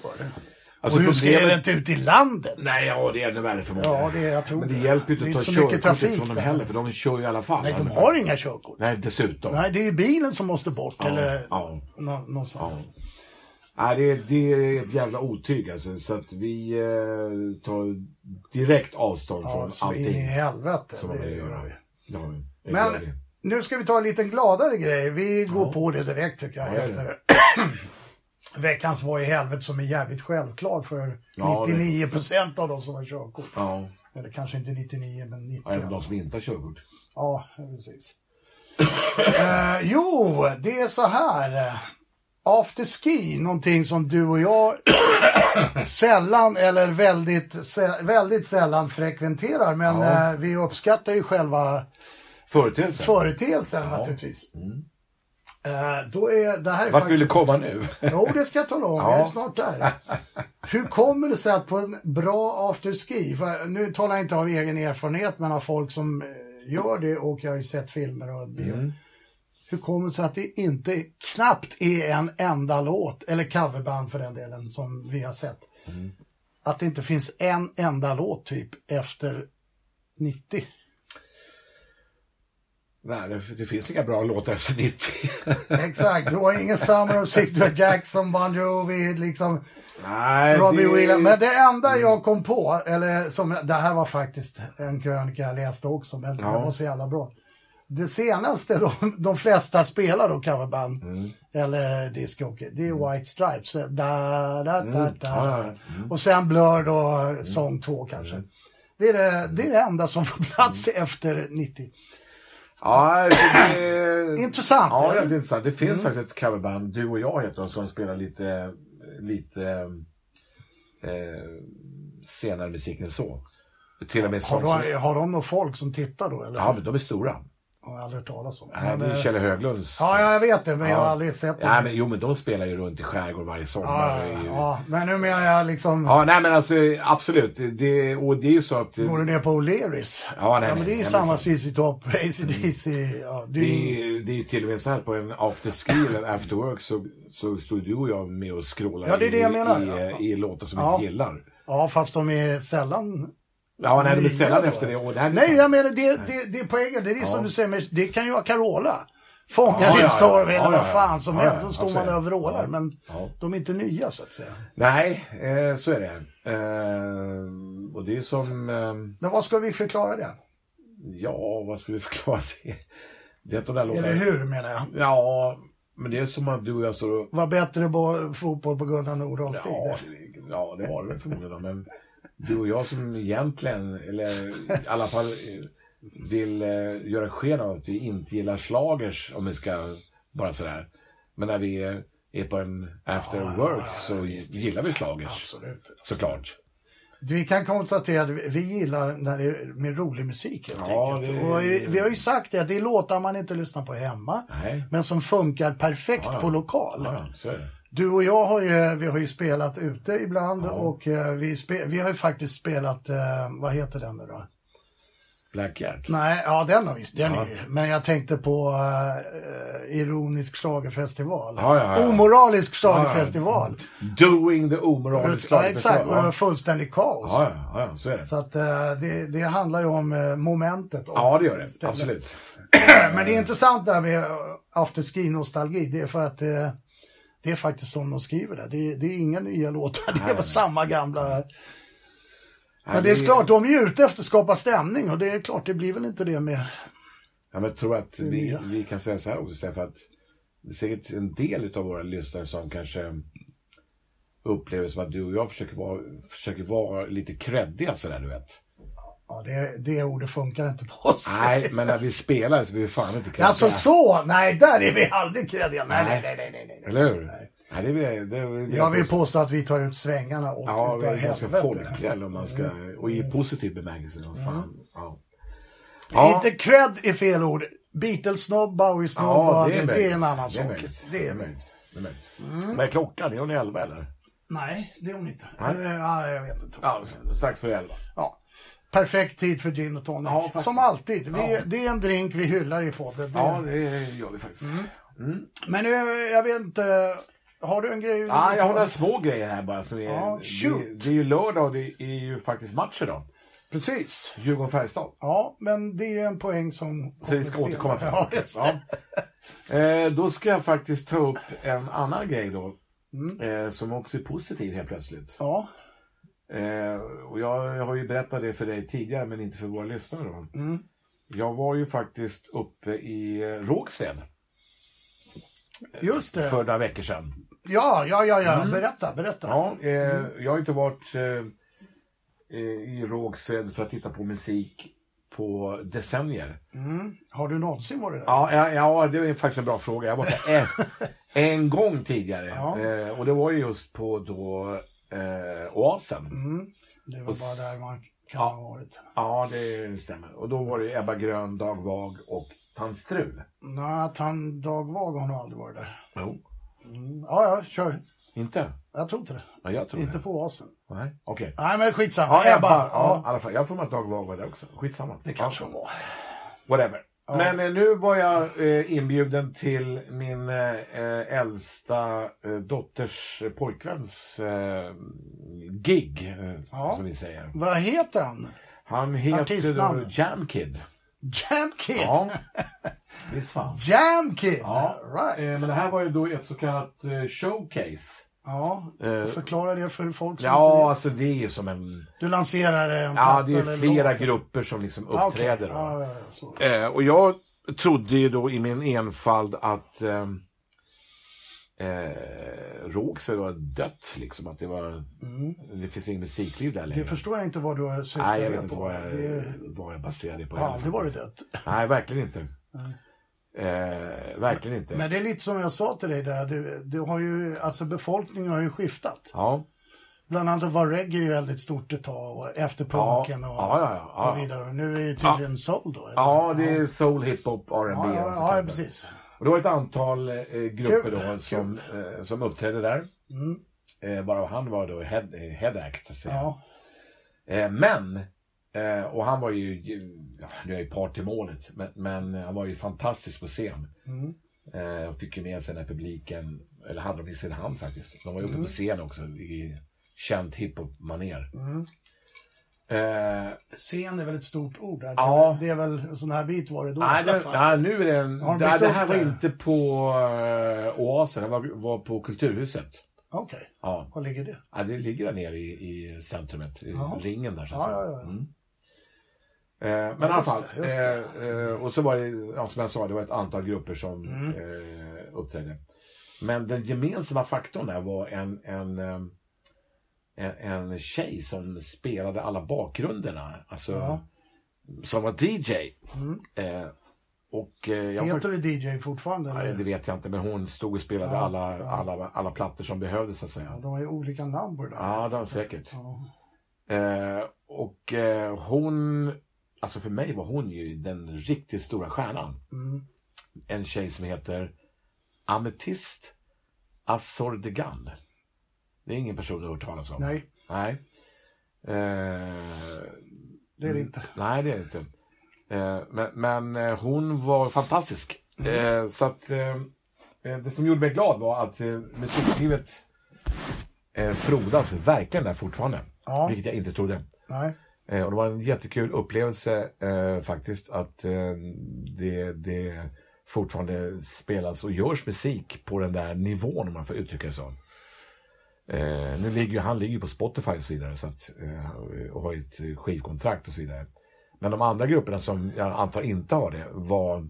Alltså,
och hur ska det
problemet-
inte ut i landet?
Nej, ja det är ännu värre förmodligen.
Ja, det- jag tror
Men det
det.
hjälper ju
Det är
inte att
inte så
ta
mycket
körkortet
trafik
från dem
där.
heller, för de kör ju i alla fall.
Nej, de har inga körkort.
Nej, dessutom.
Nej, det är ju bilen som måste bort eller
ja.
nå- någon sån.
Ja. Nej, det, är- det är ett jävla otyg alltså. Så att vi eh, tar direkt avstånd
Ja,
från
så in i
allting
helvete.
som man
det
vill
gör
göra.
vi.
Ja, det
Men
gör vi.
nu ska vi ta en liten gladare grej. Vi går på det direkt tycker jag.
Ja, det är
efter [clears throat] veckans Vad i helvete som är jävligt självklar för
Ja, det-
99% av de som har körkort.
Ja,
Eller kanske inte 99 men 90.
Ja, även de som inte har körkort.
Ja, precis. Eh, jo, det är så här. eh, Afterski, någonting som du och jag [clears throat] sällan eller väldigt, sä- väldigt sällan frekventerar. Men
Ja.
eh, vi uppskattar ju själva
Företeelsen.
företeelsen
Ja. Mm.
naturligtvis. Eh, då är, det här är
Vart vill du
faktiskt...
komma nu? [laughs]
Jo, det ska jag tala om.
Ja.
Jag är snart
[laughs]
där. Hur kommer det sig att på en bra afterski, för nu talar jag inte av egen erfarenhet men av folk som eh, gör det och jag har ju sett filmer och bio.
Mm.
Hur kommer det sig att det inte knappt är en enda låt, eller coverband för den delen, som vi har sett.
Mm.
Att det inte finns en enda låt typ efter 90.
Nej, det, det finns inga bra låtar efter 90.
Exakt, du har ingen Summer of 60, du har Jackson, Bon Jovi, liksom
Nej,
Robbie
det-
Williams. Men det enda jag kom på, eller som, det här var faktiskt en krönika jag läste också, men
Ja.
den var så jävla bra. Det senaste de, de flesta spelar då coverband,
Mm.
eller discjockey, det är White Stripes. Da, da, da, da,
Mm. Ja, ja. Mm.
Och sen Blur då, sång två kanske. Det, är det,
Mm.
det är det enda som får plats efter 90.
Ja, alltså, det...
Intressant.
Ja, det är
eller?
väldigt intressant. Det
Mm.
finns faktiskt ett coverband, du och jag heter de, som spelar lite, lite eh, senare musik än så. Till och med
har,
sånt som...
de, har de något folk som tittar då? Eller?
Ja, men de är stora.
Har jag aldrig hört talas om.
Nej,
Men,
det är
eh,
Kjell Höglunds...
ja, jag vet det, men jag har
Ja.
aldrig sett
Nej,
dem.
men, jo, men de spelar ju runt i skärgården varje sommar.
Ja,
Det är
ja,
ju-
ja, men nu menar jag liksom,
Ja, nej men alltså absolut. Det, och det är ju så att...
går du ner på O'Learys?
Ja, nej,
ja, men
nej,
det är ju
nej,
samma
men- Mm.
CC Top, ACDC, ja, det
Det
är ju...
är, ju- det är ju till och med så här på en afterski eller after work så, så stod du och jag med och scrollade
Ja, det är det jag
i, eh,
menar.
i, i låtar som
Ja.
vi gillar.
Ja, fast de är sällan...
Ja, nej, de är
nya
sällan
då.
efter det. Och det här är liksom-
Nej,
sant.
jag menar det, det, det är poängen, det är det som du säger, med, det kan ju vara Carola. Fångad
Ja,
i
ja,
storm
ja,
eller
ja,
vad
ja,
fan som
ja, ja,
helst, då står
alltså,
man där och vrålar,
ja,
men
ja.
de är inte nya så att säga.
Nej, eh, så är det. Eh, och det är ju som... Eh,
Men vad ska vi förklara det?
ja, vad ska vi [laughs] förklara det? Det är att de där
Eller
låtarna...
hur menar jag?
Ja, men det är som att du och jag står och...
Var bättre på fotboll på Gunnar Nordahls tid.
Ja, det- ja, det var det väl förmodligen. då, Men du och jag som egentligen, eller i alla fall eh, vill eh, göra sken av att vi inte gillar slagers om vi ska bara sådär. Men när vi är- är på en after
Ja,
work
ja,
så
visst,
gillar vi slagers.
Absolut.
Såklart.
Vi kan konstatera att vi- vi gillar när det är med rolig musik helt
Ja,
enkelt.
det-
Och vi- vi har ju sagt det, att det är låtar man inte lyssnar på hemma.
Nej.
Men som funkar perfekt
Ja, ja.
på lokal.
Ja, ja, så är det.
Du och jag har ju, vi har ju spelat ute ibland och eh, vi, spe, vi har ju faktiskt spelat, eh, vad heter den nu då?
Black Jack.
Nej, ja den har vi, den är ju. Men jag tänkte på eh, ironisk schlagerfestival.
Ja, ja, ja.
Omoralisk schlagerfestival.
Doing the omoraliska
Mm. Ja,
slaget.
exakt, och det var
Ja,
fullständigt kaos.
ja, ja, ja, så är det.
Så att eh, det, det handlar ju om eh, momentet. och
Ja, det gör det.
stället.
Absolut.
Men det är intressant det här med eh, afterski-nostalgi. Det är för att eh, det är faktiskt som de skriver det. Det, det är inga nya låtar. Det är
Nej,
bara
nej.
samma gamla.
Ja,
Men det är klart, de är ju ute efter att skapa stämning och det är klart, det blir väl inte det med...
Ja, men jag tror att vi,
nya.
vi kan säga så här också, Stefan, att det är säkert en del av våra lyssnare som kanske upplever som att du och jag försöker vara, försöker vara lite kreddiga sådär, du
[laughs]
vet.
Ja, det, det ordet funkar inte på oss.
Nej, men när vi spelar så blir vi fan inte kreddiga.
Alltså så, nej där är vi aldrig kreddiga. Nej, nej,
Nej.
nej, nej, nej, nej.
Eller hur? Nej. det är, vi- det är, vi-
Jag vill påstå att vi tar ut svängarna och
Ja, vi
utav
är ganska
helvete. Mm.
folkliga, eller om man ska, och i positiv bemärkelse. Vad fan. Ja.
Inte cred är fel ord. Beatles-snobb, Bowie-snobb, det, det är en annan sak.
möjligt.
Det är Mm.
möjligt. Det är möjligt. Vad är klockan? Är hon elva eller?
Nej, det är hon inte.
Nej.
Eller, ja, jag vet inte.
Ja, strax för elva.
Ja. Perfekt tid för gin och tonic.
Ja, faktiskt.
Som alltid. Vi,
Ja.
Det är en drink vi hyllar i podden. Det-
Ja, det gör vi faktiskt.
Mm. Men nu, jag vet inte. Har du en grej?
Ja, jag har några små grejer här bara. Som är,
Ja, shoot.
det, det är ju lördag och det är ju faktiskt match idag.
Precis.
Djurgården-Färjestad.
Ja, men det är ju en poäng som...
Så vi ska
kommer
återkomma till
senare. Ja, just det.
Ja. Eh, Då ska jag faktiskt ta upp en annan grej då.
Mm.
Eh, som också är positiv helt plötsligt.
Ja,
Eh, och jag har ju berättat det för dig tidigare men inte för våra lyssnare då.
Mm.
Jag var ju faktiskt uppe i eh, Rågsved
just det.
för några veckor sedan.
Ja, ja, ja, ja. Berätta, berätta.
Ja, eh,
Mm.
jag har inte varit eh, eh, i Rågsved för att titta på musik på decennier.
Mm. Har du någonsin varit där?
Ja, ja, ja, det är faktiskt en bra fråga. Jag var
[laughs]
där en, en gång tidigare.
Ja.
Eh, och det var ju just på då eh, Oasen.
Mm. Det var bara där man kan
Ja.
ha varit.
Ja, det stämmer. Och då var det Ebba Grön, Dag Wag och Tandstrul.
Nej, att han Dag Wag har nog aldrig varit där.
Jo.
Mm. Ja, ja, kör.
Inte?
Jag tror inte det.
Ja, jag tror
Inte
det.
på Oasen.
Nej, okej.
Nej, men skitsamma.
Ja, Ebba. Mm. Ja,
Ja.
i alla fall. Jag får mig att Dag Wag var där också. Skitsamma.
Det kanske hon var.
Whatever. Men eh, nu var jag eh, inbjuden till min eh, eh, äldsta eh, dotters eh, pojkväns eh, gig, eh,
Ja.
som vi säger.
Vad heter han?
Han heter
Artistnamn.
då Jam Kid.
Jam Kid?
Ja, visst fan.
Jam Kid!
Ja.
Right.
Eh, men det här var ju då ett så kallat eh, showcase.
Ja,
Eh,
förklara det för folk som inte
Ja,
vet.
alltså det är ju som en...
Du lanserar en
Ja,
platta
det är
eller
flera
låt.
grupper som liksom
Ja, okej.
uppträder. då.
Ja, ja, ja, så.
Eh, och jag trodde ju då i min enfald att eh, eh, Rågsved var dött liksom. Att det var... Det finns inget musikliv där längre.
Mm. Det förstår jag inte vad du
Nej, jag
syftar
vet
det
inte
på.
vad
Vad
jag,
Det är
vad jag baserade det på. heller,
aldrig varit
faktiskt.
dött.
Nej, verkligen inte. Eh, verkligen inte.
Men det är lite som jag sa till dig där, du, du har ju, alltså befolkningen har ju skiftat.
Ja.
Bland annat var reggae ju väldigt stort ett tag, och efter
Ja.
punken och,
Ja, ja, ja, ja.
och vidare. Och nu är det tydligen soul då. eller?
ja, det är soul, hiphop, R&B
ja,
och
ja,
sånt
ja,
där.
precis.
Och det var ett antal eh, grupper
Kul.
då som, eh, som uppträdde där. Eh, bara han var då head, eh, head act, så att säga.
Mm, Ja,
Eh, men, eh, och han var ju, ja, nu är jag ju part i målet, men, men han var ju fantastisk på scen.
mm,
Eh, och fick ju med sig den här publiken, eller hade dem i sin hand faktiskt. De var ju uppe
Mm.
på scen också i känt hiphop-manér. Eh,
mm. scen är väl ett stort ord. Där.
Ja.
Det är väl, en sån här bit var det då.
Nej,
i alla
det,
fall.
nej, nu är det en...
Har de
Det, här- det
bytt
här
upp
var
det?
inte på eh, Oasen, det var, var på Kulturhuset.
Okej,
Ja.
var ligger det?
Ja, det ligger där nere i, i centrumet, i
Ja.
ringen där. Så att
Ja,
säga.
ja, ja.
Mm. Eh, men i alla
just
fall.
det, just det. Mm.
Eh, eh, och så var det, ja, som jag sa, det var ett antal grupper som eh, uppträdde. Men den gemensamma faktorn där var en, en, eh, en, en tjej som spelade alla bakgrunderna. Alltså,
Ja.
som var DJ. Eh, och, eh, jag
Mm. Heter det DJ fortfarande?
Nej,
eller?
det vet jag inte, men hon stod och spelade
Ja,
alla, Alla, alla plattor som behövdes så att säga.
Ja, de har ju olika namn på det där.
Ja, det har säkert.
Ja.
Eh, och eh, hon, alltså för mig var hon ju den riktigt stora stjärnan.
mm.
En tjej som heter Ametist Assordegan. Det är ingen person du har hört talas om.
Nej,
Nej. Eh,
det är det inte.
nej, det är det inte. Eh, men men eh, hon var fantastisk. Eh, så att eh, eh, det som gjorde mig glad var att eh, musiklivet eh, frodas verkligen där fortfarande.
Ja.
Vilket jag inte trodde.
Nej.
Eh, och det var en jättekul upplevelse eh, faktiskt att eh, det, det fortfarande spelas och görs musik på den där nivån om man får uttrycka det så. Eh, nu ligger ju, han ligger ju på Spotify och så vidare så att, eh, och har ju ett skivkontrakt och så vidare. Men de andra grupperna som jag antar inte har det var,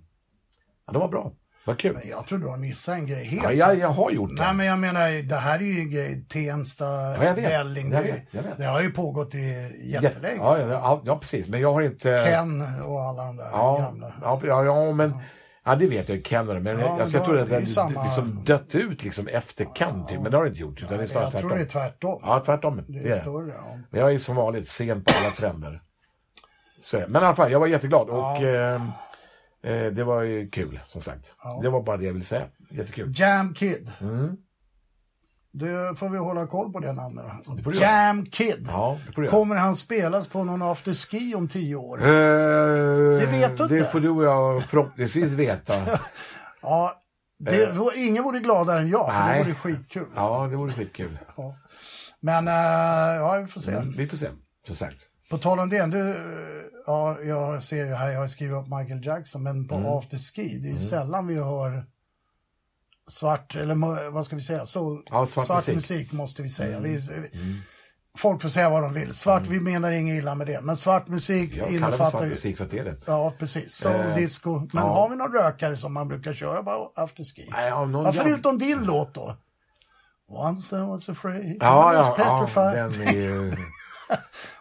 ja, de var bra. Vad kul.
Men jag tror du har missat en grej helt.
Ja, jag, jag har gjort
Nej,
det.
men jag menar, det här är ju en grej, Tensta,
Ja, jag vet.
Vällingby.
Jag vet, jag vet.
Det har ju pågått i jättelänge.
Ja, ja, ja, ja, precis. Men jag har inte... eh,
Ken och alla de där
Ja,
gamla.
ja, ja, ja men ja, det vet jag ju, Ken och det, men
Ja,
jag,
men
alltså, jag
då-
tror att
det är
den
ju samma-
liksom dött ut liksom efter Ken, typ, men det har det inte gjort. Utan det är snarare
jag tror
tvärtom.
det är tvärtom.
Ja, tvärtom.
det är
Det är. det.
större. Ja.
Men jag är som vanligt sen på alla trender. Så, är det. men i alla fall, jag var jätteglad och eh, eh, det var ju kul, som sagt.
Ja. Mm.
Mm. Det var bara det jag ville säga. Jättekul.
Jam Kid. Det får vi hålla koll på det namnet. då.
Det får du göra.
Jam Kid.
Ja, det får du göra.
Kommer han spelas på någon afterski om tio år?
Eh,
Det vet du
Det
inte.
får du och jag förhoppningsvis veta.
Ja, det, ingen vore gladare än jag, för
Eh. nej.
det vore skitkul.
Ja, det vore skitkul.
Ja. Men eh, ja, vi får se.
Vi får se, som sagt.
På tal om det, du, eh, ja, jag ser ju här, jag har skrivit upp Michael Jackson, men på
Mm.
afterski, det är ju sällan vi hör svart, eller mo- vad ska vi säga, soul,
Ja, svart musik. Mm.
måste vi säga. Vi, eh, Folk får säga vad de vill. Svart, vi menar inget illa med det, men svart musik
Jag kallar Mm. det
innefattar
svart
ju...
musik för att det är det.
Ja, precis. Soul,
Eh,
disco. Men
ja.
har vi någon rökare som man brukar köra på afterski?
Nej, av någon
Ja,
jävla-
förutom din låt då. Once I was afraid, I
Ja,
was
ja, ja,
petrified.
den är
[laughs]
ju...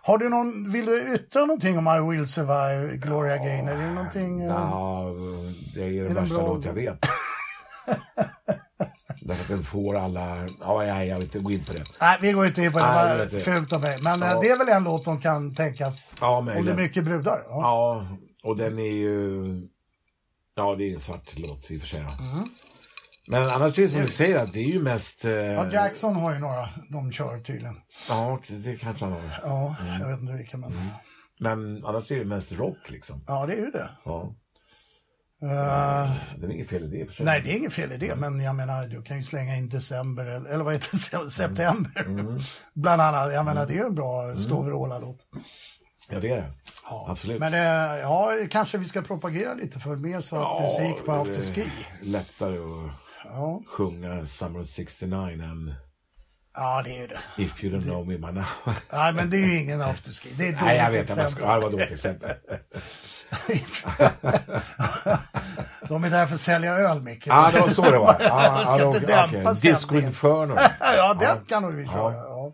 Har du någon, vill du yttra någonting om I will survive, Gloria Gaynor? Är det någonting? eh,
Ja, det är ju den
den
värsta
bra?
låt
[laughs]
jag vet. Därför att den får alla... Ja, nej, jag vill inte gå in på det.
Nej, vi går inte in på det.
Nej,
det
jag
var
vet det.
fult av mig. Men eh,
Ja.
det är väl en låt som kan tänkas.
Ja,
Om det är
möjligen.
mycket brudar. Ja.
Ja, och den är ju... Ja, det är en svart låt i och för sig. ja.
Mm.
Men annars är det som du säger, att det är ju mest... eh,
Ja, Jackson har ju några de kör tydligen.
Ja, det kanske han har.
Ja,
Mm.
jag vet inte vilka men.
Men annars är det mest rock liksom.
Ja, det är ju det.
Ja,
Eh,
det är inget fel i det i och för sig.
nej, det är inget fel i det, men jag menar du kan ju slänga in december, eller, eller vad heter
Mm.
det, september. Bland annat, jag menar det är ju en bra
Mm.
Ståvråla-låt.
Ja, det är det.
Ja,
Absolut.
Men eh, ja, kanske vi ska propagera lite för mer svart
Ja,
musik på
det är
afterski.
Lättare att
Ja.
sjunga Summer of 69 än
ja, det är ju det.
If you don't know me by now.
Nej, men det är ju ingen afterski. Det är ett
Nej, jag
dåligt
vet inte.
exempel.
Ja, det var dåligt exempel.
De är där för att sälja öl, Micke.
Ja, det var så det var. Ja,
Jag ska
ja,
inte
okej.
dämpa
Disco
stämningen.
Inferno.
ja, det kan nog vi köra. Ja.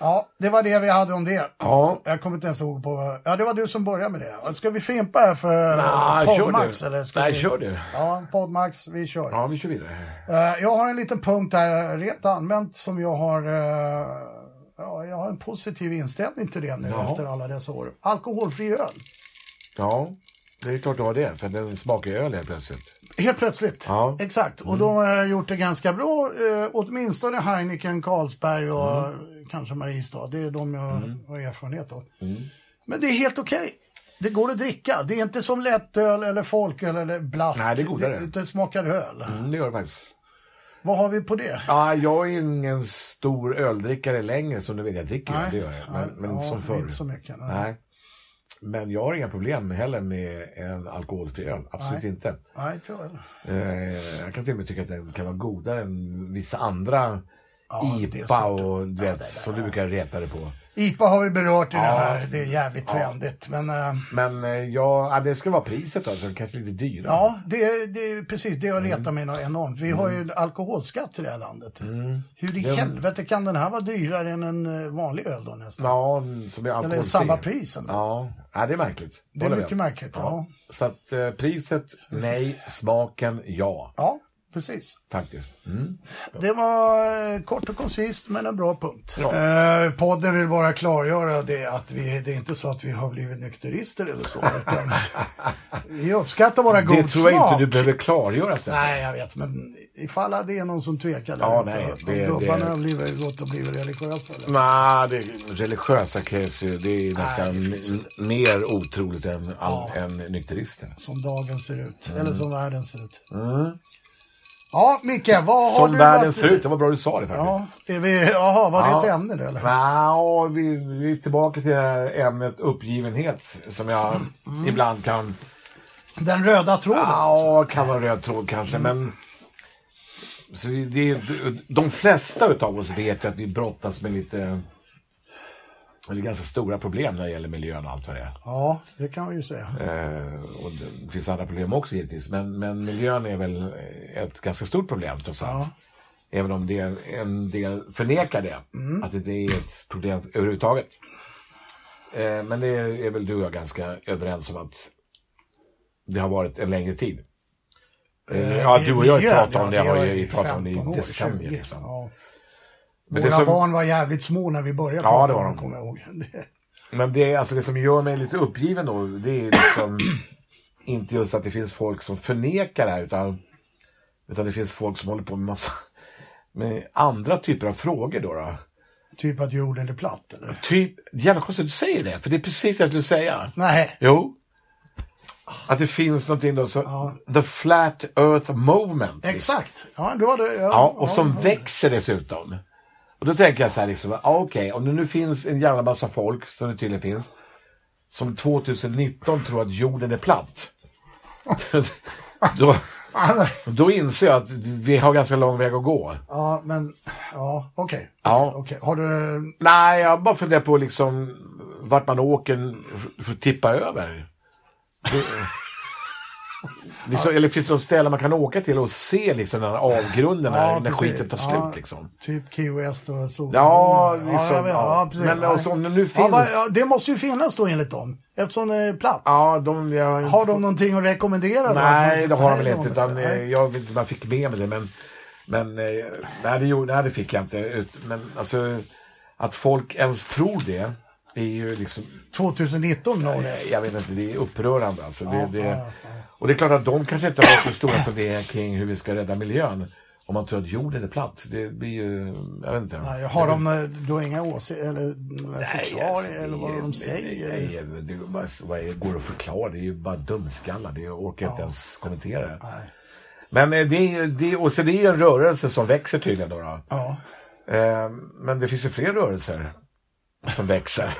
ja, det var det vi hade om det.
Ja,
Jag kommer inte ens ihåg på vad... Ja, det var du som började med det. Ska vi fimpa här för
Nej, ah, kör
Podmax?
du.
Eller ska
Nej,
vi...
kör du.
Ja, Podmax, vi kör.
ja, vi kör vidare.
Eh, Jag har en liten punkt här, rent allmänt, som jag har... eh, Ja, jag har en positiv inställning till det nu
Jaha.
efter alla dessa år. Alkoholfri öl.
Ja, det är klart du har det, för den smakar öl helt plötsligt.
Helt plötsligt.
Ja.
Exakt. Och de har gjort det ganska bra. Eh, åtminstone Heineken, Carlsberg och
Mm.
kanske Mariestad. Det är de jag har erfarenhet av. Men det är helt okej. Det går att dricka. Det är inte som lättöl eller folköl eller blask.
Nej, det är godare.
Det, det smakar öl.
Mm, det gör det faktiskt.
Vad har vi på det?
Ja, jag är ingen stor öldrickare längre, som du vet. Jag dricker ju,
Nej.
det gör jag. Men, men inte
Ja,
som förr.
Inte så mycket. Nej. Nej.
Nej. Men jag har inga problem heller med en alkoholfri öl. Absolut
Nej.
inte.
inte jag heller.
Eh, jag kan till och med tycka att den kan vara godare än vissa andra
Ja, det är
IPA
sant.
och du vet, som du brukar reta dig på.
IPA har vi berört i det
Ja.
här. Det är jävligt trendigt. Men eh,
Men eh, ja, ja, det ska vara priset då, så det kanske är lite dyrare.
ja, det, det, precis det jag retar mig något enormt. Vi har ju
Mm.
en alkoholskatt i det här landet. Hur i
Den-
helvete kan den här vara dyrare än en eh, vanlig öl då nästan?
Ja, som är
Eller
alkoholfri.
samma pris ändå.
Ja, ja det är märkligt.
Det är
Håller
mycket
med.
märkligt. Ja.
Så att eh, priset, nej. Smaken, ja.
ja, precis.
Faktiskt. Mm.
Det var eh, kort och koncist men en bra punkt.
Ja.
Eh, podden vill bara klargöra det att vi, det är inte så att vi har blivit nykterister eller så. Utan
[laughs]
vi uppskattar våra god
Det tror jag
smak.
inte du behöver klargöra sen.
Nej, jag vet, men ifall det är någon som tvekar där
Ja,
ute,
nej,
att
det-
gubbarna
det-
har blivit, gått och blivit religiösa. Eller?
Nej, det religiösa krävs ju. Det är ju nästan
det finns
m- mer otroligt än, all, än nykterister.
Som dagen ser ut,
Mm.
eller som världen ser ut. Ja, Micke, vad har
Som
du
världen
varit-
ser ut. Det var bra du sa det faktiskt.
Ja, är vi... Jaha, var det
Ja.
ett ämne det eller?
Nja, vi, vi är tillbaka till det här ämnet uppgivenhet som jag ibland kan...
Den röda tråden.
Mm. Ja, kan vara röd tråd kanske, men... Så vi- det, är- de flesta utav oss vet ju att vi brottas med lite... Eller ganska stora problem när det gäller miljön och allt vad det är.
Ja, det kan vi ju säga.
Eh, och det finns andra problem också givetvis, men, men miljön är väl ett ganska stort problem trots allt.
Ja.
Även om det en del förnekar det,
Mm.
att det inte är ett problem överhuvudtaget. Eh, men det är väl du och jag ganska överens om att det har varit en längre tid. Eh, ja, du och jag har ju
Miljön,
pratat om det,
ja,
har
gör
ju pratat om det i
15 år, 20.
decennier. Liksom.
Ja.
Men
Våra
det som-
barn var jävligt små när vi började
Ja,
prata
det var
om
de.
kommer jag ihåg. [laughs] Det-
Men det, alltså det som gör mig lite uppgiven då, det är ju liksom [clears throat] inte just att det finns folk som förnekar det här, utan, utan det finns folk som håller på med massa, med andra typer av frågor då. då.
Typ att jorden är platt eller?
Typ, jävla konstigt att du säger det, för det är precis det jag skulle säga.
Nej.
Jo. Att det finns någonting då som
Ja.
the flat earth movement.
Exakt. Ja, du hade, ja,
Ja, och som
ja.
växer dessutom. Och då tänker jag så här liksom, ja, okej, om det nu finns en jävla massa folk, som det tydligen finns, som 2019 tror att jorden är platt. [laughs] då,
Ja, men-
då inser jag att vi har ganska lång väg att gå.
Ja, men ja, okej.
Ja.
Okej. Har du...
Nej, jag bara funderar på liksom vart man åker för- för att tippa över. Det, [laughs] liksom, Eller finns det något ställe man kan åka till och se liksom den här avgrunden när,
Ja,
när
precis.
skiten tar slut?
Ja.
Liksom.
Typ Key West och så.
Ja, liksom,
jag vet.
ja.
precis.
Men
Nej.
alltså, om det nu
Ja,
finns-
va, ja, det måste ju finnas då enligt dem. Eftersom det är platt.
Ja, de, jag inte
Har de någonting att rekommendera? då? Att man
Nej,
ska-
det har de
Nej,
väl inte. Utan, eh,
Nej.
jag vet inte om jag fick med mig det. Men, men eh, nej, det, gjorde, nej, det fick jag inte. Ut- Men alltså, att folk ens tror det är ju liksom...
2019 Norris.
Jag vet inte, det är upprörande. Alltså. Det,
ja,
det, och det är klart att de kanske inte har så stora funderingar kring hur vi ska rädda miljön. Om man tror att jorden är platt. Det blir ju... Jag vet inte.
Nej, har de eh, då inga åsikter eller
Nej, alltså,
förklaringar eller vad
det-
de säger?
Nej, det, vad, vad är- går det att förklara? Det är ju bara dumskallar. Det jag orkar inte ens kommentera det.
Nej.
Men eh, det är, ju- det, är- och så det är ju en rörelse som växer tydligen. Då, då.
Ja.
Eh, men det finns ju fler rörelser
[laughs]
som växer.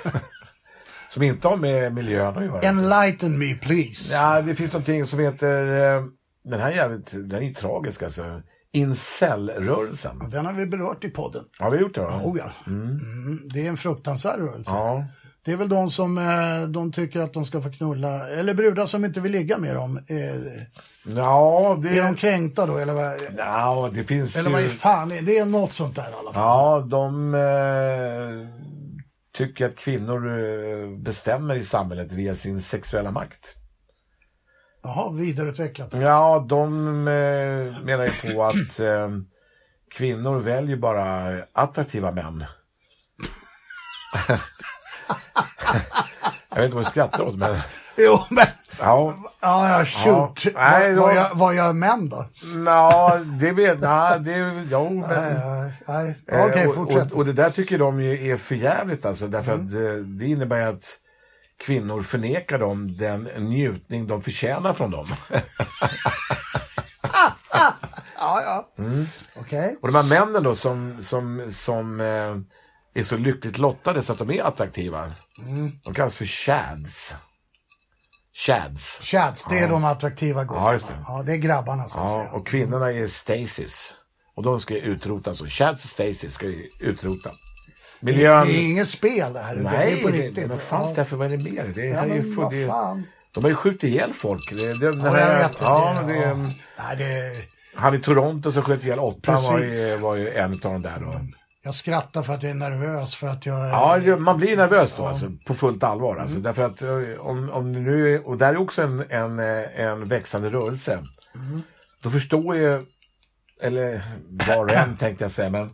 som inte har med miljön att göra.
Enlighten me please.
Ja, det finns någonting som heter, eh, den här jävligt, den är ju tragisk alltså. Incel-rörelsen.
Den har vi berört i podden.
Har vi gjort det då?
Oh, ja. Mm, det är en fruktansvärd rörelse.
Ja.
Det är väl de som eh, de tycker att de ska få knulla, eller brudar som inte vill ligga med dem. eh,
Ja,
Är de
det,
kränkta då? Eller vad,
ja, det finns
eller vad är
ju...
fan är- det? är något sånt där i alla fall.
Ja, de eh, tycker att kvinnor eh, bestämmer i samhället via sin sexuella makt.
Jaha, vidareutvecklat.
Ja, de eh, menar ju på att eh, kvinnor väljer bara attraktiva män. jag vet inte vad jag skrattar åt, men...
Jo, men
Ja,
ja, ja, shoot.
Ja, nej,
vad, vad,
då-
gör, vad gör män då?
ja det vet jag. Det, jo, men,
Nej, nej, nej.
Eh,
Okej,
och-
fortsätt. Mm.
Och, och det där tycker de ju är för jävligt alltså, därför att eh, det innebär ju att kvinnor förnekar dem den njutning de förtjänar
[laughs]
från dem.
ja, ja.
Mm.
Okej.
Och de här männen då som, som, som eh, är så lyckligt lottade så att de är attraktiva,
Mm.
de kallas för shads. Shads.
Chads, det är de attraktiva
Ja, just det.
gossarna. Ja, det är grabbarna som
Ja,
säger.
och kvinnorna är stasis. Och de ska ju utrotas. Och shads och stasis ska ju utrota. Miljön...
Det är inget spel det här. Nej, det är på riktigt.
men
Ja.
fast därför, vad är det mer? Det,
Ja,
här är ju
men
full-
vad
det,
fan.
De har ju skjutit ihjäl folk. Det, det, den
Ja,
här-
jag vet.
ja,
det,
det,
ja. Nej, det,
Han i Toronto som sköt ihjäl åtta var ju,
Precis.
var ju en av de där då.
jag skrattar för att jag är nervös för att jag...
Ja, det- man blir nervös då alltså, på fullt allvar. Alltså,
Mm.
Därför att eh, om, om det nu är, och där är också en, en, eh, en växande rörelse.
Mm.
Då förstår ju, eller var
[clears throat]
och en tänkte jag säga, men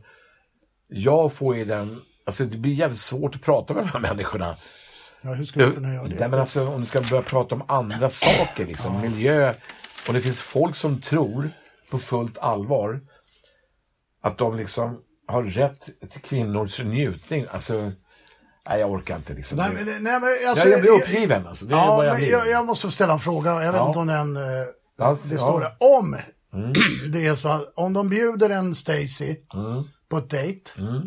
jag får ju den, alltså det blir jävligt svårt att prata med de här människorna.
Ja, hur skulle du kunna göra
Nej,
det?
men alltså, om du ska börja prata om andra saker, liksom, miljö. Och det finns folk som tror på fullt allvar att de liksom har rätt till kvinnors njutning. Alltså, nej jag orkar inte liksom.
Nej,
Det-
men, nej, men
jag,
alltså,
jag blir uppgiven alltså. Det är
Ja,
vad jag
men
blir.
jag, jag måste ställa en fråga. Jag vet
Ja.
inte om den... eh,
Ja,
Det
Alltså, ja. Mm.
står det. Om [clears throat] det är så att om de bjuder en Stacy på ett dejt.
Mm.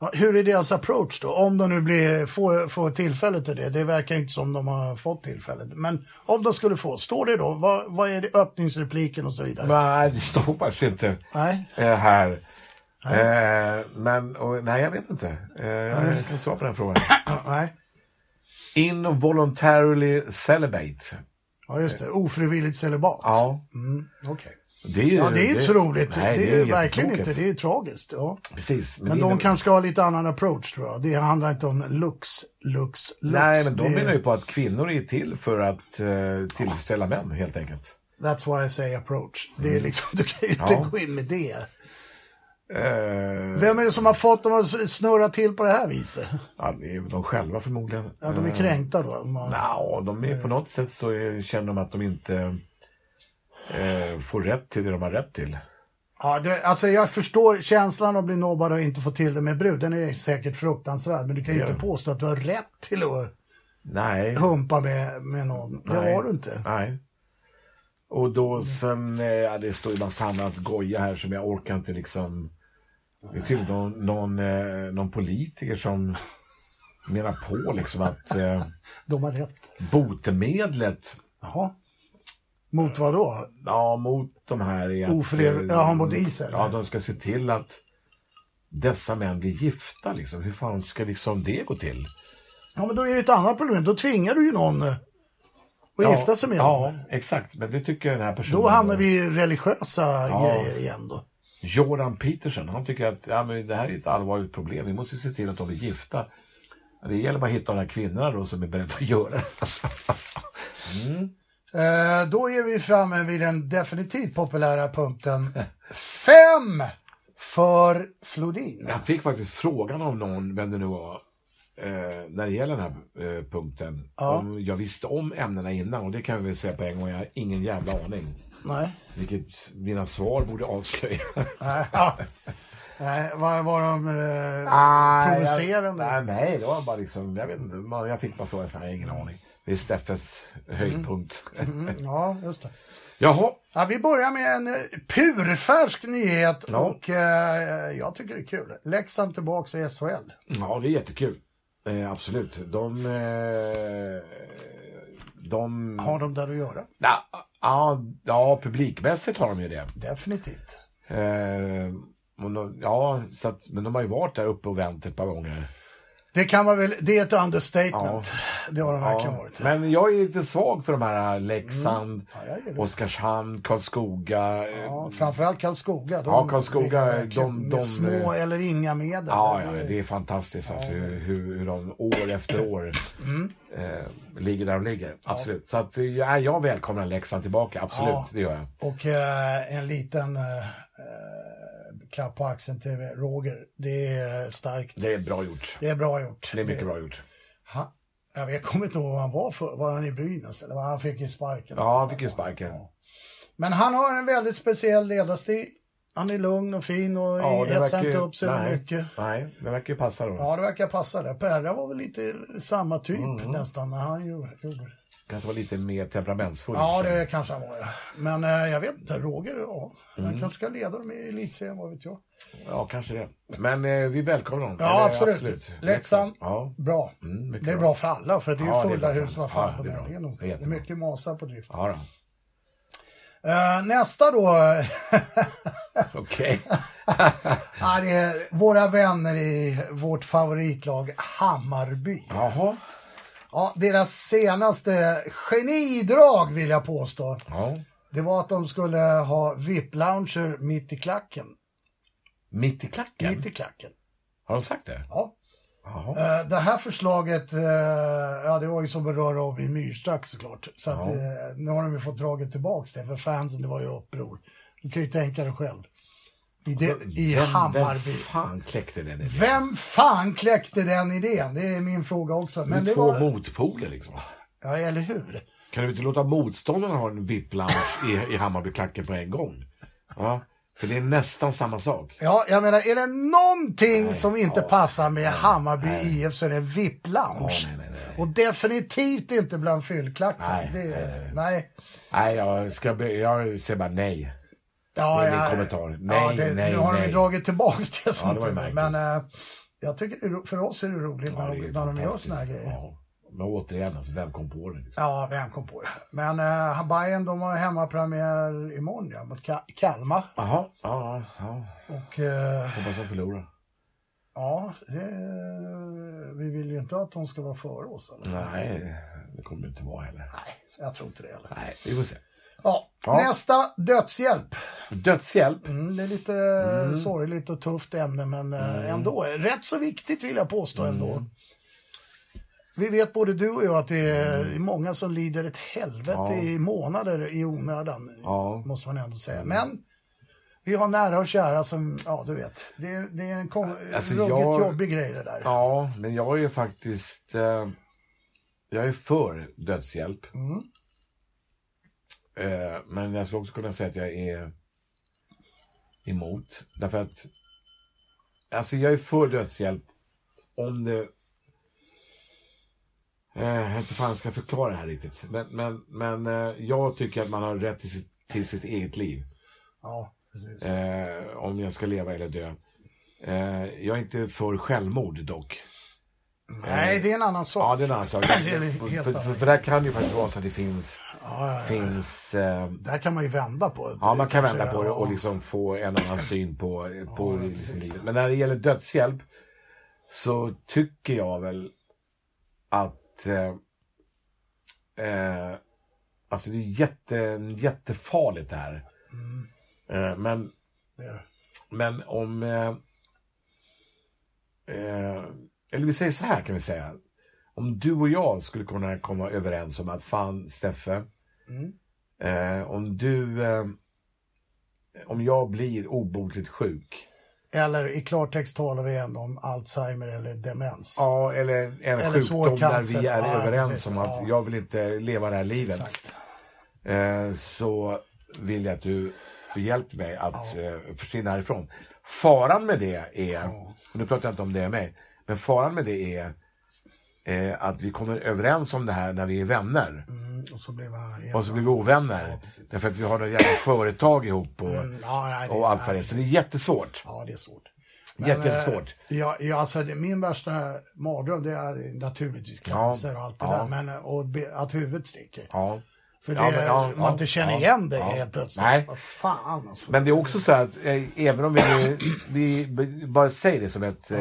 ja, Hur är deras approach då? Om de nu blir, får, får tillfälle till det. Det verkar inte som de har fått tillfället. Men om de skulle få, står det då? Vad, vad är det, öppningsrepliken och så vidare?
Nej, det står faktiskt inte
Nej.
eh, här. Eh, men, och, nej jag vet inte. Eh, jag kan inte svara på den frågan.
Ja, Nej.
Involuntarily celibate.
Ja, just det. Ofrivilligt celibat.
Ja.
Mm, okej.
Det är ju,
Ja, det är ju otroligt.
nej,
det, är, verkligen
jättetråkigt.
inte. Det är ju tragiskt. Ja.
Precis.
Men
det
de
innebär-
kanske ska ha lite annan approach tror jag. Det handlar inte om lux, lux, lux.
Nej, men de
det,
menar ju på att kvinnor är till för att eh, tillfredsställa män helt enkelt.
That's why I say approach. Det är liksom, du kan ju inte
Mm. Ja.
gå in med det.
Eh,
Vem är det som har fått dem att s- snurra till på det här viset?
ja, det är väl de själva förmodligen.
Ja, de är
Eh,
kränkta då. om Man,
nja, de är på något sätt så eh, känner de att de inte eh, får rätt till det de har rätt till.
Ja, det, alltså jag förstår känslan att bli nobbad och inte få till det med brud. Den är säkert fruktansvärd, men du kan ju
Ja.
inte påstå att du har rätt till att
Nej.
humpa med, med någon. Det
Nej.
har du inte.
Nej. Och då sen, eh, ja, det står ju massa annat goja här som jag orkar inte liksom. Det är tydligen någon, någon, eh, någon politiker som menar på liksom att eh,
De har rätt.
botemedlet
Jaha. Mot vad då?
ja, mot de här är att...
Ofred-
eh,
ja, mot is, eller?
Ja, de ska se till att dessa män blir gifta liksom. Hur fan ska liksom det gå till?
Ja, men då är det ett annat problem. Då tvingar du ju någon eh, att gifta sig med
Ja,
någon.
exakt. Men det tycker den här personen.
Då hamnar vi i religiösa
Ja.
grejer igen då.
Jordan Peterson, han tycker att ja, men det här är ett allvarligt problem. Vi måste se till att de är gifta. Det gäller bara att hitta de här kvinnorna då som är beredda att göra det. Alltså.
Eh, då är vi framme vid den definitivt populära punkten [laughs] fem för Flodin.
Jag fick faktiskt frågan av någon, vem det nu var, eh, när det gäller den här eh, punkten.
Ja.
Om jag visste om ämnena innan och det kan jag väl säga på en gång, jag har ingen jävla aning.
Nej.
Vilket mina svar borde avslöja.
[laughs] Ja. Nej, vad var de... Eh, Provocerande.
Jag, nej, nej, det var bara liksom, jag vet inte, man- jag fick bara frågan, så här, jag har ingen aning. Det är Steffes höjdpunkt.
mm, ja, just det.
Jaha,
Ja, vi börjar med en eh, purfärsk nyhet
Ja.
och eh, jag tycker det är kul. Leksand tillbaks i SHL.
Ja, det är jättekul. Eh, absolut. De... Eh, de...
Har de där att göra?
Ja, ja, ja, publikmässigt har de ju det.
Definitivt.
Eh, och de, ja, så att, men de har ju varit där uppe och vänt ett par gånger.
Det kan man väl, det är ett understatement. Det har de verkligen
Ja,
varit.
men jag är lite svag för de här Leksand,
Ja, jag
Mm.
gillar det.
Oskarshamn, Karlskoga. eh,
Ja, framförallt Karlskoga. De
Ja, Karlskoga,
vill verkligen
de-
med
de-
små eller inga medel.
Ja, ja,
Det-
det är fantastiskt alltså, hur, hur hur de år efter år eh, ligger där de ligger. Absolut. Så att, eh, ja, jag välkomnar Leksand tillbaka, absolut.
Ja.
Det gör jag.
Och eh, en liten eh, eh, klapp på axeln till Roger. Det är starkt.
Det är bra gjort.
Det är bra gjort.
Det är mycket bra gjort.
Ha, jag vet- jag kommer inte ihåg vad han var för. Var han i Brynäs? Eller vad han fick ju sparken.
Ja, han fick ju sparken.
Men han har en väldigt speciell ledarstil. Han är lugn och fin och
Ja, det
hetsar
verkar
inte
ju-
upp sig
nej.
mycket.
Nej, det verkar ju passa då.
Ja, det verkar passa det. Perra var väl lite samma typ
Mm.
nästan när han gjorde gjorde det.
Kanske var lite mer temperamentsfull.
Ja, det kanske han var. Ja. Men eh, jag vet inte, Roger, ja. Han
Mm.
kanske ska leda dem i elitserien, vad vet jag.
ja kanske det. Men eh, vi välkomnar dem.
Ja, absolut. Leksand.
Ja,
Bra.
mm, mycket
Det är
bra.
bra för alla, för det är ju
Ja, det är
fulla
bra för
hus
alla.
vad fan
Ja,
de
det är
än
bra.
är
Det
någonstans.
är
Det är
jättebra.
mycket masar på drift.
Ja, då.
Eh, nästa då. [laughs]
Okej.
är det är våra vänner i vårt favoritlag Hammarby.
Jaha.
Ja, deras senaste genidrag vill jag påstå.
Ja.
Det var att de skulle ha VIP-lounger mitt i klacken.
Mitt i klacken?
Mitt i klacken.
Har de sagt det?
Ja.
Jaha.
Eh, Det här förslaget, eh, ja det var ju som berör av i myrstack såklart. Så att,
Ja.
eh, nu har de ju fått draget tillbaks det, för fansen det var ju uppror. Du kan ju tänka dig själv. I, det, i
Alltså, Vem-
Hammarby.
Vem fan kläckte den idén?
Vem fan kläckte den idén? Det är min fråga också.
Men
Men
det är
det
två
var,
motpoler liksom.
ja, eller hur?
Kan du inte låta motståndarna ha en VIP-lounge i, i Hammarbyklacken på en gång? Ja, för det är nästan samma sak.
Ja, jag menar, är det någonting
Nej,
som inte
ja.
passar med Hammarby
nej.
IF så är det VIP-lounge.
Ja, nej, nej, nej.
Och definitivt inte bland fyllklacken.
Nej,
det,
nej,
nej. nej.
Nej, jag, ska, be- jag säger bara nej.
Ja,
Det är min
ja,
kommentar.
ja,
Nej,
det,
nej,
Nu har de
nej.
ju dragit tillbaks det som
Ja, det var ju
tur är.
märkligt.
Men eh, jag tycker det är ro- för oss är det roligt
Ja,
när,
det
de,
är
när de gör
fantastiskt.
såna här grejer. Ja.
Ja. Men återigen, alltså, vem kom på det? Liksom?
vem kom på det? Men eh, Bayern de har hemmapremiär imorgon ja, mot Ka- Kalmar.
Jaha, ja, ja.
Och eh,
Hoppas de förlorar.
ja, det, vi vill ju inte att de ska vara före oss.
Mm.
Eller?
Nej, det kommer det inte vara heller.
Nej, jag tror inte det heller.
Nej, vi får se.
Ja,
Ja.
Nästa, dödshjälp.
Dödshjälp.
Mm, det är lite eh,
Mm.
sorgligt och tufft ämne, men eh, ändå. Rätt så viktigt vill jag påstå
Mm.
ändå. Vi vet både du och jag att det är många som lider ett helvete
Mm. Ja.
i månader i onödan.
Ja. Mm.
Måste man ändå säga. Men vi har nära och kära som, ja du vet. Det, är- det är en kon-
Alltså,
ruggigt
jag-
jobbig grej det där.
Ja, men jag är faktiskt... Eh, jag är för dödshjälp.
Mm.
Eh, men jag skulle också kunna säga att jag är emot. Därför att, alltså jag är för dödshjälp om det, eh, jag vet inte fan jag ska förklara det här riktigt. Men, men, men eh, jag tycker att man har rätt till sitt, till sitt eget liv.
Ja, precis.
Eh, om jag ska leva eller dö. Eh, jag är inte för självmord dock.
Nej, det är en annan
Ja,
sak.
det är en annan sak.
[clears throat] Det är helt
för, för,
annorlunda.
för där kan det ju faktiskt vara så att det finns,
Ja, ja, ja.
finns eh,
Där kan man ju vända på det.
Ja, man kan
Kanske,
vända på det och
ja.
liksom få en annan syn på, på
Ja,
liksom
precis.
livet. Men när det gäller dödshjälp så tycker jag väl att eh, eh, Alltså det är jätte, jättefarligt det här. Eh, men,
Mm, Det är det.
men om... Eh, eh, eller vi säger så här kan vi säga. Om du och jag skulle kunna komma överens om att fan Steffe,
Mm.
Eh, om du... Eh, om jag blir obotligt sjuk.
Eller i klartext talar vi ändå om Alzheimer eller demens.
Ja, eller en
Eller svår
sjukdom där
cancer.
vi är
Ja,
överens
precis.
om att
Ja.
jag vill inte leva det här livet.
Exakt.
Eh, så vill jag att du hjälper mig att eh, försvinna härifrån. Faran med det är, och nu pratar jag inte om det är mig, men faran med det är eh, att vi kommer överens om det här när vi är vänner.
Mm, och så blir man...
Och så blir vi ovänner. därför att vi har några jävla företag ihop och,
Mm, ja, nej, det-
och allt vad det är. Så det är jättesvårt.
Ja, det är svårt.
Jättesvårt.
eh, Ja, ja, alltså, det, min värsta mardröm det är naturligtvis cancer och allt det
ja.
där. Men, eh, och be, att huvudet sticker.
Ja.
För det,
Ja, men, ja,
man
ja,
inte känner
ja,
igen det
ja.
helt plötsligt.
Nej.
Vad fan alltså.
Men det är också så att eh, även om vi, vi b- bara säger det som ett eh,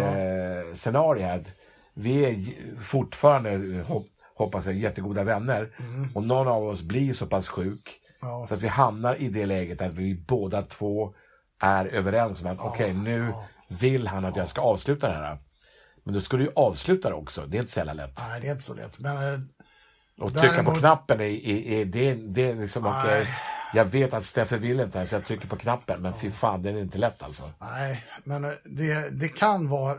scenario här. Att vi är j- fortfarande, eh, hop, hoppas jag, jättegoda vänner. Och någon av oss blir så pass sjuk
ja,
så att vi hamnar i det läget att vi båda två är överens om att okej nu vill han att jag ska avsluta det här. Men då ska du ju avsluta det också. Det är inte så jävla lätt.
nej, det är inte så lätt. Men eh,
Och trycka på
Däremot-
knappen är, är, är det, det är liksom okej.
Nej.
Jag vet att Steffe vill inte det här, så jag trycker på knappen. Men fy fan, den är inte lätt alltså.
nej, men eh, det, det kan vara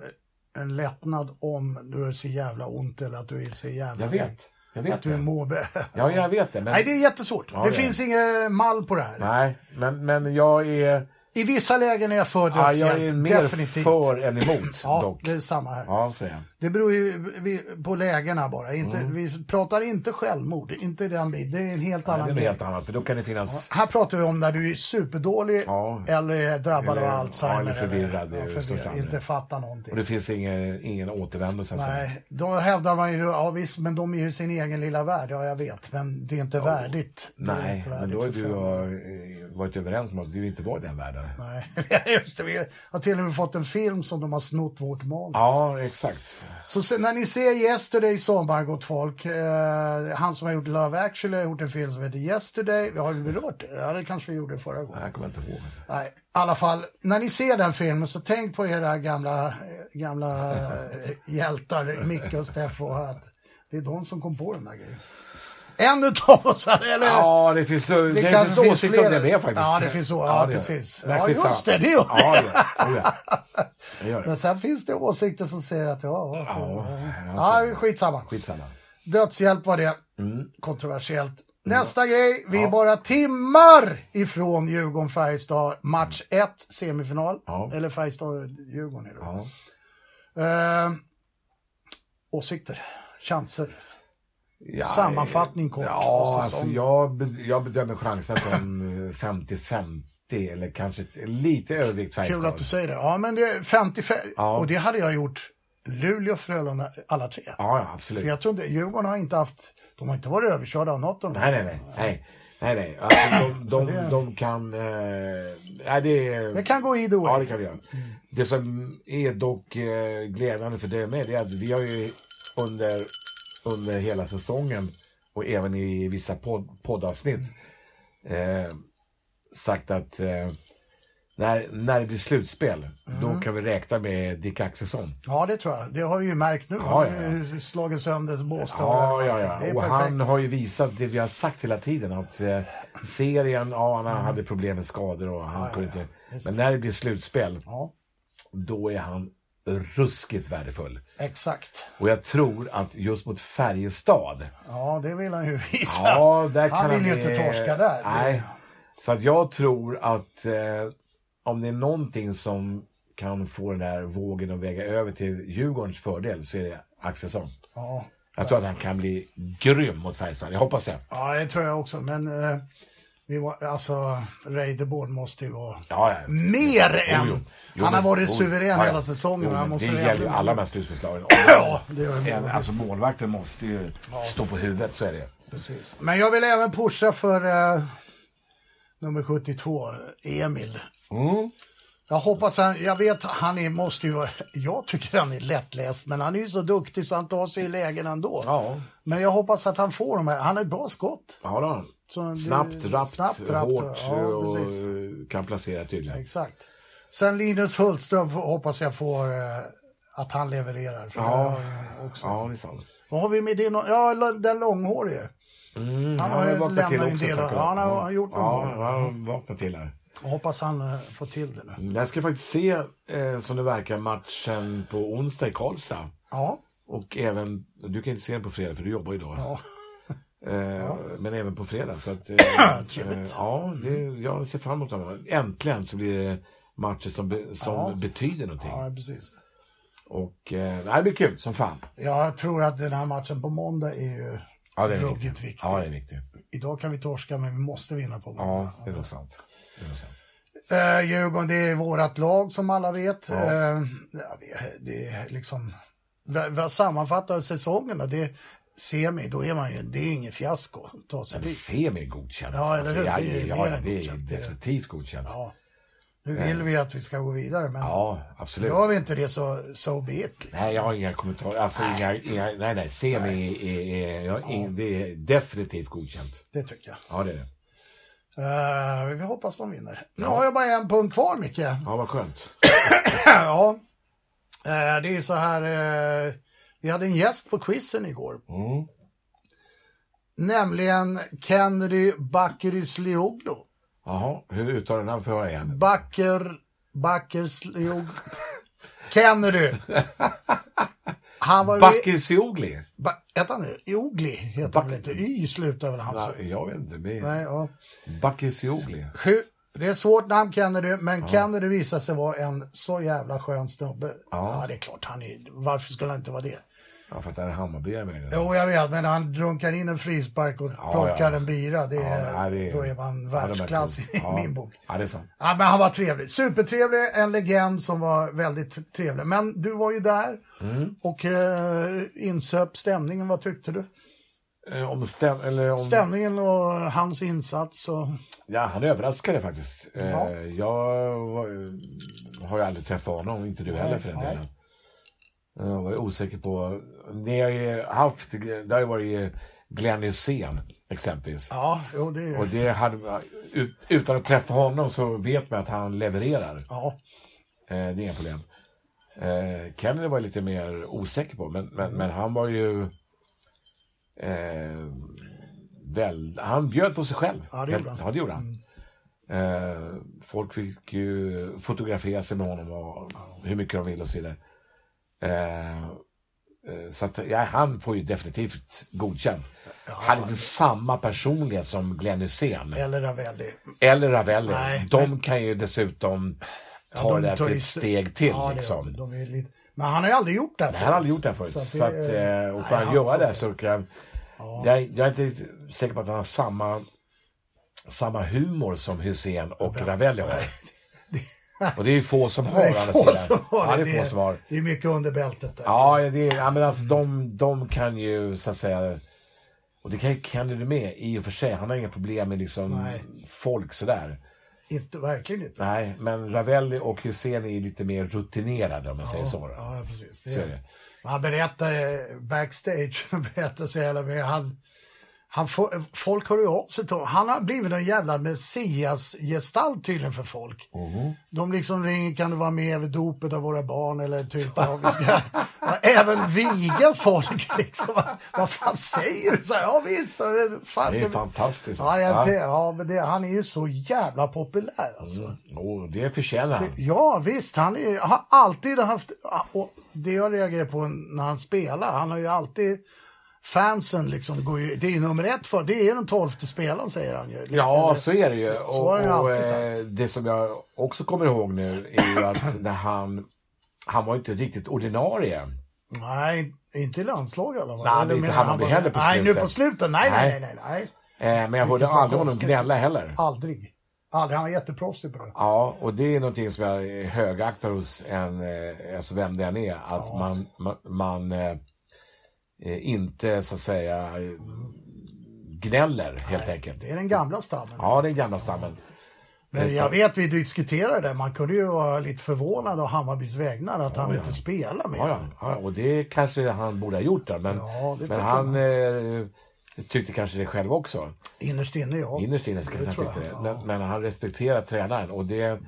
en lättnad om du är så jävla ont eller att du är så jävla...
Jag vet. Jag
Att
vet
du
det.
mår... bä- [laughs]
Ja, jag vet det. Men,
Nej, det är jättesvårt.
Ja,
det
det är
finns ingen mall på det här.
nej, men, men jag är,
I vissa lägen är jag för
ja,
dödshjälp.
jag är mer
definitivt.
för än emot
ja,
dock.
det är samma här.
Ja, säger jag.
Det beror ju vi- på lägena bara. Inte, Vi pratar inte självmord, inte i den biten. Det är en helt
Mm. Nej,
annan
det är något
grej.
helt annat. För då kan det finnas...
Här pratar vi om när du är superdålig
Ja.
eller är drabbad
Eller-
av Alzheimer.
ja, eller förvirrad, det är
ja,
ju största anledning.
inte fattar någonting.
Och det finns ingen, ingen återvändo sen. sen.
Nej, då hävdar man ju, ja visst, men de är ju sin egen lilla värld, ja jag vet, men det är inte värdigt. Det är
Nej,
inte
men
värdigt
då har
för
du
fan.
och jag varit överens om att vi vill inte vara i den världen.
Nej, [laughs] just det. Vi har till och med fått en film som de har snott vårt manus.
Ja, exakt.
Så sen, när ni ser Yesterday i sommar, gott folk. Eh, han som har gjort Love actually har gjort en film som heter Yesterday. Vi har ju berört det. Ja, det kanske vi gjorde förra gången.
Nej, Jag kommer inte ihåg. alltså.
Nej, i alla fall. När ni ser den filmen så tänk på era gamla, eh, gamla eh, hjältar, Micke och Steffo. Att det är de som kom på den här grejen. En utav oss, eller?
Ja, det finns, det
kanske
finns
finns
åsikter om
flera.
det med faktiskt.
Ja, det finns så. Ja,
det gör det.
precis.
Nej,
Ja,
skitsamma.
just det, det gör det.
Ja, det gör det. Det gör det.
Men sen finns det åsikter som säger att ja,
Ja,
ja,
alltså,
skitsamma.
Skitsamma.
Dödshjälp var det.
Mm.
Kontroversiellt. Nästa grej, vi är bara timmar ifrån Djurgården-Färjestad, match 1, semifinal.
Ja.
Eller Färjestad-Djurgården är det.
Ja.
Eh, åsikter, chanser.
Ja,
Sammanfattning kort.
Ja,
Och
alltså
säsong.
jag, bed- jag bedömer chanserna som eh, 50-50 eller kanske ett- lite övervikt
Kul att
Färjestad.
du säger det. Ja, men det är 55.
Ja.
Och det hade jag gjort Luleå, Frölunda, alla tre.
Ja, ja,
För
absolut.
jag tror inte, Djurgården har inte haft, de har inte varit överkörda av något av dem.
Nej, nej, nej. nej. Nej, nej. Alltså, de, de, de, kan... Eh, nej, det, är-
Det kan gå either way.
Ja, det kan vi göra. Det som är dock eh, glädjande för dig med det är att vi har ju under, under hela säsongen och även i vissa podd, poddavsnitt eh, sagt att eh, när, när det blir slutspel,
Mm.
då kan vi räkna med Dick Axelsson.
Ja, det tror jag. Det har vi ju märkt nu.
Ja, ja, ja.
Han har ju Slagit sönder Båstad
Ja,
och
ja,
allting. Det
ja.
är
Och
perfekt.
han har ju visat det vi har sagt hela tiden. Att eh, serien, ja, han
Mm.
hade problem med skador och han kunde inte...
Just
Men när det blir slutspel,
Ja,
då är han ruskigt värdefull.
exakt.
Och jag tror att just mot Färjestad,
Ja, det vill han ju [laughs] visa.
ja, där kan
han vill ju
eh,
inte torska där.
Nej. Så att jag tror att eh, om det är någonting som kan få den här vågen att väga över till Djurgårdens fördel så är det Axelsson.
Ja.
Jag tror att han kan bli grym mot Färjestad. Jag hoppas det.
ja, det tror jag också. Men eh, vi var, alltså, Reideborn måste ju vara
Ja, ja.
mer än...
Jo, jo. Jo,
Mm. han har
men-
varit
jo,
suverän
ja, ja.
hela säsongen.
Jo,
han
men
måste
det
väl
gäller ju
ändå-
alla de
[clears throat]
här slutspelslagen.
Ja, det gör det.
Även- Alltså målvakten måste ju stå på huvudet, så är det.
Precis. Men jag vill även pusha för eh, nummer 72, Emil.
Mm.
Jag hoppas han, jag vet han är, måste ju vara, jag tycker han är lättläst men han är ju så duktig så han tar sig i lägen ändå.
Ja,
Men jag hoppas att han får de här, han har ett bra skott.
ja då.
Så det-
Snabbt, rappt, hårt
ja,
och
precis.
eh, kan placera tydligen.
Exakt. Sen Linus Hultström får- hoppas jag får eh, att han levererar. För
Ja.
det har jag också.
Ja, det är sant.
Vad har vi med din, ja den långhårige.
Mm,
Han har ju
vaknat
lämnat
till
en
också,
del-
tack och
ja, han har-
lov.
har gjort
Ja,
några.
han har vaknat till här.
Jag hoppas han eh, får till det nu.
Jag ska faktiskt se, eh, som det verkar, matchen på onsdag i Karlstad.
Ja.
Och även, du kan inte se den på fredag för du jobbar idag.
ja.
[laughs] Eh, Men även på fredag. Så att, eh,
[clears throat] Trevligt.
Eh, ja, det, jag ser fram emot dem. Äntligen så blir det matcher som, be, som
Ja.
betyder någonting.
Ja, precis.
Och eh, nej, det blir kul som fan.
Jag tror att den här matchen på måndag är ju
Ja, det är
Ruggigt
viktigt.
viktigt.
Ja, det är viktigt.
Idag kan vi torska men vi måste vinna på
Ja,
måndag.
det är nog sant. Det är nog sant.
Eh, Djurgården, det är vårat lag som alla vet.
Ja.
Eh, ja, vi- det är liksom... vad- Vad sammanfattar säsongerna? Det är semi, då är man ju... Det är ingen fiasko att ta sig
Men
dit.
se mig godkänt. Alltså,
Ja, eller hur?
jag,
Det är
ja,
mer
ja,
än
det är
godkänt.
definitivt godkänt. Ja,
Ja. Nu vill vi att vi ska gå vidare, men
absolut.
gör vi inte det så so be it. Liksom.
Nej, jag har inga kommentarer. Alltså, nej. Inga, inga, nej, nej. Se mig är, är, är, jag har ing- det är definitivt godkänt.
Det tycker jag.
Ja, det är det.
Eh, vi hoppas de vinner. Nu har jag bara en punkt kvar, Micke.
Ja, vad skönt.
ja. Eh, det är ju så här... eh, vi hade en gäst på quizen igår.
Mm.
Nämligen Kennedy Bakircioglu.
Jaha, hur uttalar du namn för att höra igen?
Backer... Bakircioglu. Kennedy. Han var ju...
Bakirciogli?
Ba- Hette han det? Ogli heter han väl inte? Y slutar väl hans...
Nej, Jag vet inte. Det är
Alltså. Nej, ja.
Bakirciogli.
Hur- Det är ett svårt namn Kennedy, men Kennedy visar sig vara en så jävla skön snubbe. Ja,
Ja.
det är klart. Han är, varför skulle han inte vara det?
Ja, för att det är Hammarbyare med det.
Jo, jag vet, men han drunkar in en frispark och
Ja,
plockar
ja.
en bira. Det är,
nej, det
Då är man
ja, de är
världsklass
kul.
i
Ja.
min bok.
Ja, det är sant.
Ja, men han var trevlig. Supertrevlig, en legend som var väldigt trevlig. Men du var ju där
Mm.
och eh, insöp stämningen. Vad tyckte du?
Eh, Om stäm... Eller om...
Stämningen och hans insats. Och...
Ja, han överraskade faktiskt. Eh,
Ja.
Jag var, har ju aldrig träffat honom, inte du heller för den
Nej.
delen. Eh, Jag var ju osäker på... Ni har ju haft, det har ju varit Glenn Hysén exempelvis.
Ja, jo, det
Och
är
det hade, ut- utan att träffa honom så vet man att han levererar.
Ja,
Eh, det är inga problem. Eh, Kennedy var jag lite mer osäker på, men, men, men han var ju... Eh, väl, han bjöd på sig själv.
Ja, det gjorde han. Mm.
Ja, det gjorde han. Eh, folk fick ju fotografera sig med honom och hur mycket de ville och så vidare. Eh, eh, så att, ja, han får ju definitivt godkänt. han är inte samma personlighet som Glenn Hysén.
eller Ravelli.
Eller Ravelli.
Nej,
de kan ju dessutom ta
de
det här
tar
till
ju-
ett steg till.
Ja, det-
liksom.
de är lite... Men han har ju aldrig gjort det här
Jag har aldrig gjort det här förut. Så
att
att, eh, och för
nej,
att göra det här så kan jag, jag, jag är inte riktigt säker på att han har samma, samma humor som Hussein och Ravelli har. Och det är ju
[laughs]
få som har.
Det är
å andra
få
sidan.
som har
Ja, det är få som har.
Det är mycket under bältet där.
Ja, det är, ja men alltså de, de kan ju så att säga och det kan ju Kennedy med i och för sig. Han har inga problem med liksom
Nej.
folk sådär.
Inte, verkligen inte.
Nej, men Ravelli och Hussein är lite mer rutinerade om jag säger så. då.
Ja, precis. Det
Så
är
är det.
Han berättade backstage, [laughs] han berättade så jävla mycket. Han, han får, folk hör ju av sig till honom. Han har blivit en jävla messias-gestalt tydligen för folk. De liksom ringer, kan du vara med vid dopet av våra barn eller typ av, vi ska [laughs] även viga folk [laughs] liksom. Vad, vad fan säger du? Så här, ja visst, så, fan,
Det
ska
är
vi-
fantastiskt.
Ja, jag
alltså.
ser- ja men det, han är ju så jävla populär alltså.
Ja. Och det förtjänar han.
Ja visst, han är, ju- har alltid haft, och det jag reagerar på när han spelar, han har ju alltid fansen liksom går ju, det är ju nummer ett för, det är den tolfte spelaren säger han ju.
Ja,
Eller-
så är det ju.
Så
Och,
har han
och
alltid
eh, det som jag också kommer ihåg nu är
[laughs]
ju att när han, han var ju inte riktigt ordinarie. Eh,
Nej, inte i landslag i alla fall.
Nej, men
Eller
inte
menar
Hammarby
var-
heller på
Nej, nu
slutet.
på slutet. Nej,
Nej.
nej, nej, nej. nej.
Eh, men jag hörde
Vilket var
aldrig honom
konstigt.
gnälla heller.
Aldrig. Aldrig. Han var jätteproffsig på det.
Ja, och det är någonting som jag högaktar hos en, eh, alltså vem det än är, att man, man, man eh, eh, inte så att säga eh, gnäller helt enkelt.
Det är den gamla stammen.
Ja, det är gamla stammen.
Men jag vet vi diskuterade det. Man kunde ju vara lite förvånad av Hammarbys vägnar att han inte spelar mer.
Ja, ja, ja, och det kanske han borde ha gjort där, men,
Ja, det
men
tycker
han eh, tyckte kanske det själv också.
Innerst inne ja.
Innerst inne så
Det
kanske han
tror
tyckte det.
jag,
Men, men han respekterar tränaren och det...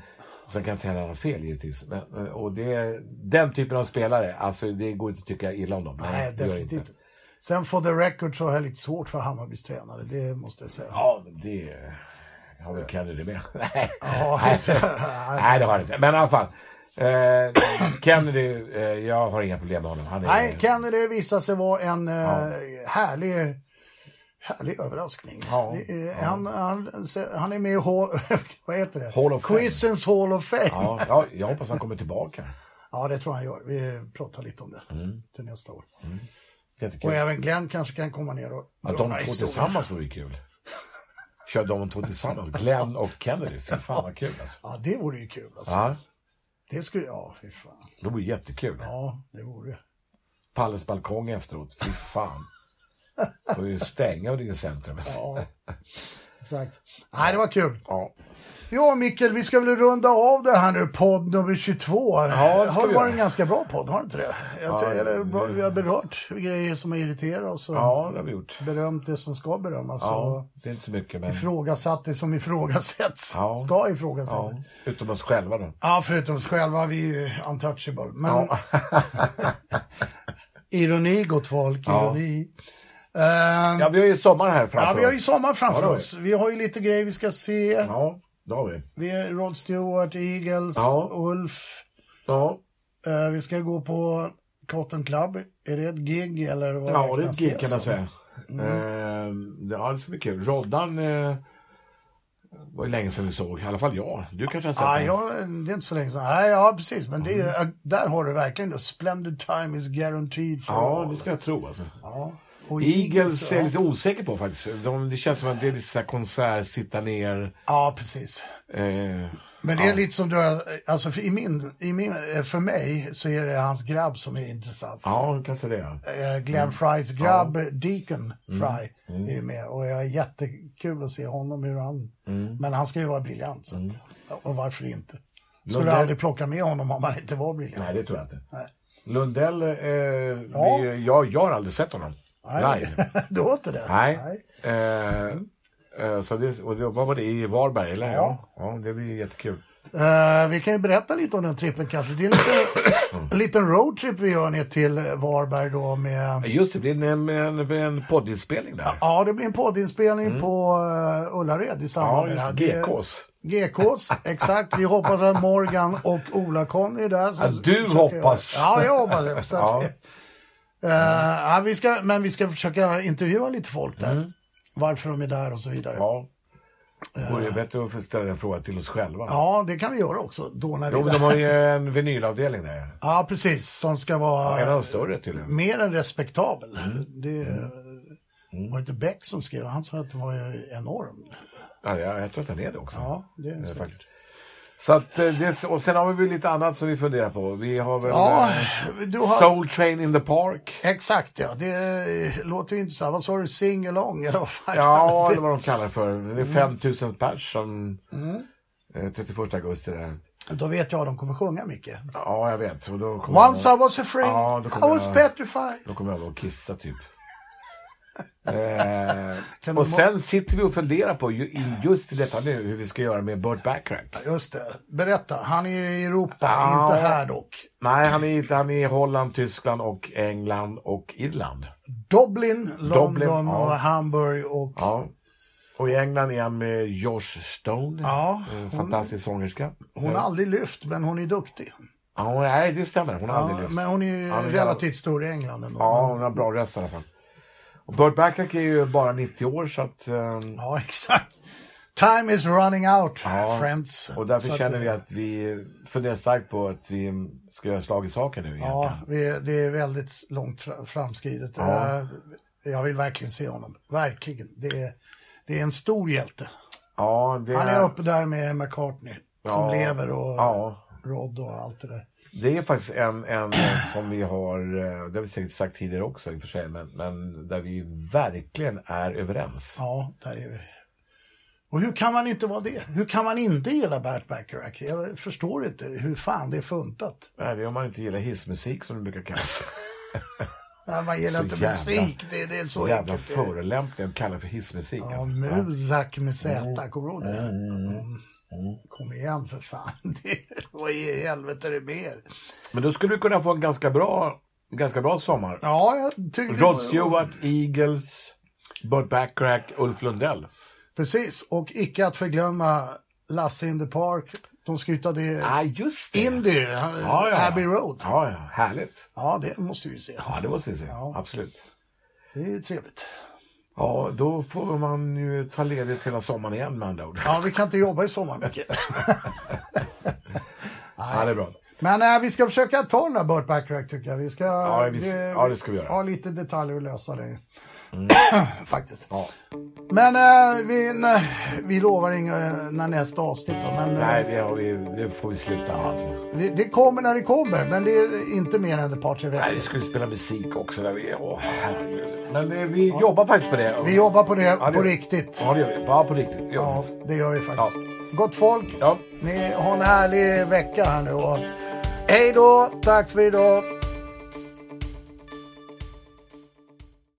Sen kan tränaren ha fel givetvis. Men, och det, den typen av spelare, alltså det går inte att tycka illa om dem.
Nej,
det gör det
definitivt
inte.
inte. Sen for the record så har jag lite svårt för Hammarbys tränare, det måste jag säga.
Ja, men det har väl Kennedy med. [laughs] Nej.
Ja,
Nej.
nej.
Nej, det har det inte. Men i alla fall. Eh, Kennedy, eh, jag har inga problem med honom. Han är,
Nej, Kennedy visade sig vara en eh, härlig, härlig överraskning.
Ja,
Det är- Han, han, han är med i Hall, [laughs] vad heter det?
Hall of Fame.
Quizens Hall of Fame. Ja.
Ja, ja, jag hoppas han kommer tillbaka.
det tror jag han gör. Vi pratar lite om det
Mm.
till nästa år.
Jättekul.
Och även Glenn kanske kan komma ner och
Att de två tillsammans vore ju kul. Kör de två tillsammans, Glenn och Kennedy. Fy fan vad kul alltså.
Ja, det vore ju kul. Alltså.
Ja,
Det skulle, ja, fy fan.
det vore jättekul.
Ja, det vore.
Palles balkong efteråt, fy fan. Får ju stänga det centrum. [laughs]
Ja, exakt. Nej, det var kul.
Ja.
Ja, Mikael, vi ska väl runda av det här nu, podd nummer 22.
Ja, det ska
har varit
vi göra.
en ganska bra podd, har det inte det? Jag, tror-
Ja,
eller, bra, vi har berört grejer som har irriterat oss och
ja, det har vi gjort.
berömt det som ska berömmas och
Ja, det är inte så mycket men...
ifrågasatt det som ifrågasätts,
Ja.
ska ifrågasättas.
Ja,
Ja.
utom oss själva då.
förutom oss själva, vi är ju untouchable. Men
Ja.
ironi, gott folk,
Ja.
ironi. Ehm,
Ja, vi har ju sommar här framför
ja, vi har ju
oss.
sommar framför
Ja, det har vi.
oss. Vi har ju lite grejer vi ska se.
Ja, det har vi.
Vi är Rod Stewart, Eagles,
Ja.
Ulf.
Ja,
Eh, vi ska gå på Cotton Club. Är det ett gig eller vad
ja det är
räknas
ett gig kan
som?
man säga. Ehm, det- Ja, det ska bli kul. Roddan eh, var ju länge sedan vi såg. I alla fall jag. Du kanske har sett
Ah,
den?
ja, det är inte så länge sedan. Nej, ja, precis. Men det
Mm.
är, eh, där har du verkligen det. Splendid time is guaranteed for
Ja, det
all.
ska jag tro alltså.
Ja. Och
Eagles är jag
ja.
lite osäker på faktiskt. De, det känns som att det är lite så här konsert, sitta ner.
ja, precis.
Eh,
Men det är lite som du har, alltså för, i min, i min, eh, för mig så är det hans grabb som är intressant.
ja, kanske det. ja.
Eh, Glenn
Mm.
Frys grabb Deacon Fry är ju med och jag är jättekul att se honom hur han...
Mm.
Men han ska ju vara briljant. Så att, Och varför inte? Skulle
Lundell-
aldrig plocka med honom om han inte var briljant.
Nej, det tror jag inte.
Nej.
Lundell, eh, vi, eh, jag, jag har aldrig sett honom. Live.
[laughs] du har inte det?
Nej. Eh, eh, så det, och det, vad var det? I Varberg, eller? Ja.
Ja.
ja det blir jättekul.
Eh, vi kan ju berätta lite om den trippen kanske. Det är en
Mm.
liten, en liten roadtrip vi gör ner till Varberg då med...
Just det, det blir en, en, en poddinspelning där.
Ja, det blir en poddinspelning på eh, Ullared i
Mm. Ja,
samband med det här.
just
Det
det.
är-
GKs.
GKs, exakt. Vi hoppas att Morgan och Ola-Conny är där. Så,
Ja, du
så-
hoppas.
Ja, jag hoppas det. Så
Ja.
att, eh, ja, vi ska, men vi ska försöka intervjua lite folk där. Varför de är Eh. där och så vidare. Ja.
Mm. Ja. Det vore ju bättre att få ställa en fråga till oss själva.
det kan vi göra också. Då när vi
Jo,
är
men de
där.
har ju en vinylavdelning där.
Ja, precis. Som ska
En av
vara
de större tydligen.
mer än respektabel. Det,
Mm.
Mm. Var det inte Beck som skrev? Han sa att det var ju enorm.
Ja, jag, jag tror att den är det också.
Ja, det är
Eh,
säkert.
faktiskt. Så att, eh, det, och sen har vi väl lite annat som vi funderar på. Vi har väl
Ja,
eh,
du har...
Soul Train in the Park.
Exakt ja, det eh, låter ju intressant. Vad sa du, sing along eller vad fan
Ja,
kallas
eller vad de kallar det för. Det är
Mm.
5000 pers som eh, 31 augusti. Där.
det? Då vet jag vad de kommer sjunga mycket.
Ja, jag vet. Och då kommer
Once I
jag,
was afraid,
Ja, då
I
kommer
was
jag-
petrified.
då kommer jag att kissa
[laughs]
typ. eh,
Kan
och
du-
sen sitter vi och funderar på ju, i just detta nu hur vi ska göra med Burt Bacharach.
Just det, berätta. Han är i Europa,
Ja.
inte här dock.
Nej, han är, inte- han är i Holland, Tyskland och England och Irland.
Dublin, London
ja.
och Hamburg och...
Ja. Och i England är han med Josh Stone.
Ja,
en
hon-
fantastisk sångerska.
Hon har aldrig lyft, men hon är duktig.
Ja, nej, det stämmer. Hon har aldrig
Ja,
lyft.
men hon är ju
Ja, men jag-
relativt stor i England ändå.
Ja, hon har bra röst i alla fall. Och Burt Bacharach är ju bara 90 år så att... eh,
Ja, [laughs] exakt. Time is running out,
Ja,
friends.
Och därför
Så att,
känner vi att vi funderar starkt på att vi ska göra slag i saken nu
Ja,
egentligen.
vi, det är väldigt långt fra- framskridet.
Ja.
Eh, Jag vill verkligen se honom. Verkligen. Det är, det är en stor hjälte.
Ja, det
Han är uppe där med McCartney som
Ja.
lever och
Ja,
Rod och allt det där.
det är faktiskt en, en eh, som vi har, eh, det har vi säkert sagt tidigare också i och för sig, men, men där vi verkligen är överens.
Ja, där är vi. Och hur kan man inte vara det? Hur kan man inte gilla Bert Bacharach? Jag förstår inte hur fan det är funtat.
Nej, det är om man inte gillar hissmusik som det brukar kallas.
Nej, Man gillar
Så
inte
jävla-
musik, det, det är så
Jävla
enkelt. det är.
förolämpning att kalla för hissmusik.
Ja,
alltså.
Muzak med Z, kommer du ihåg det? Mm. Kom igen för fan. [laughs] Det- Vad i helvete är det mer?
Men då skulle vi kunna få en ganska bra, ganska bra sommar.
Ja, jag tycker det var-
Rod Stewart, Eagles, Burt Bacharach, Ulf Lundell.
Precis, och icke att förglömma Lasse in the Park. De ska ju ta det...
ah, just det.
Indy,
Ja, ja, ja.
Abbey Road.
Ja, ja, härligt.
Ja, det måste vi ju se.
Ja, det måste vi se.
Ja.
Absolut.
Det är ju trevligt.
Ja, då får man ju ta ledigt hela sommaren igen med andra ord.
Ja, vi kan inte jobba i sommar
[laughs]
mycket.
Ja, det är bra.
Men eh, vi ska försöka ta den där Burt Bacharach tycker jag. Vi ska,
Ja, vi- ja, det ska vi göra. Mm.
ha lite detaljer att lösa det. [clears throat] Faktiskt.
Ja.
Men eh, vi, nej, vi lovar inga, när nästa avsnitt då, men eh,
Nej, det, har vi, det får vi sluta med. Alltså.
det, det kommer när det kommer. Men det är inte mer än ett par, tre
Nej,
veckor.
vi skulle spela musik också. Där vi, åh, herregud. Men eh, vi jobbar faktiskt på det.
Vi jobbar på det
det-
på riktigt.
Ja, det gör vi. Ja, på riktigt.
Ja,
Ja.
det gör vi faktiskt. Gott folk,
ja.
ni har en härlig vecka här nu. Och... Hej då, tack för idag.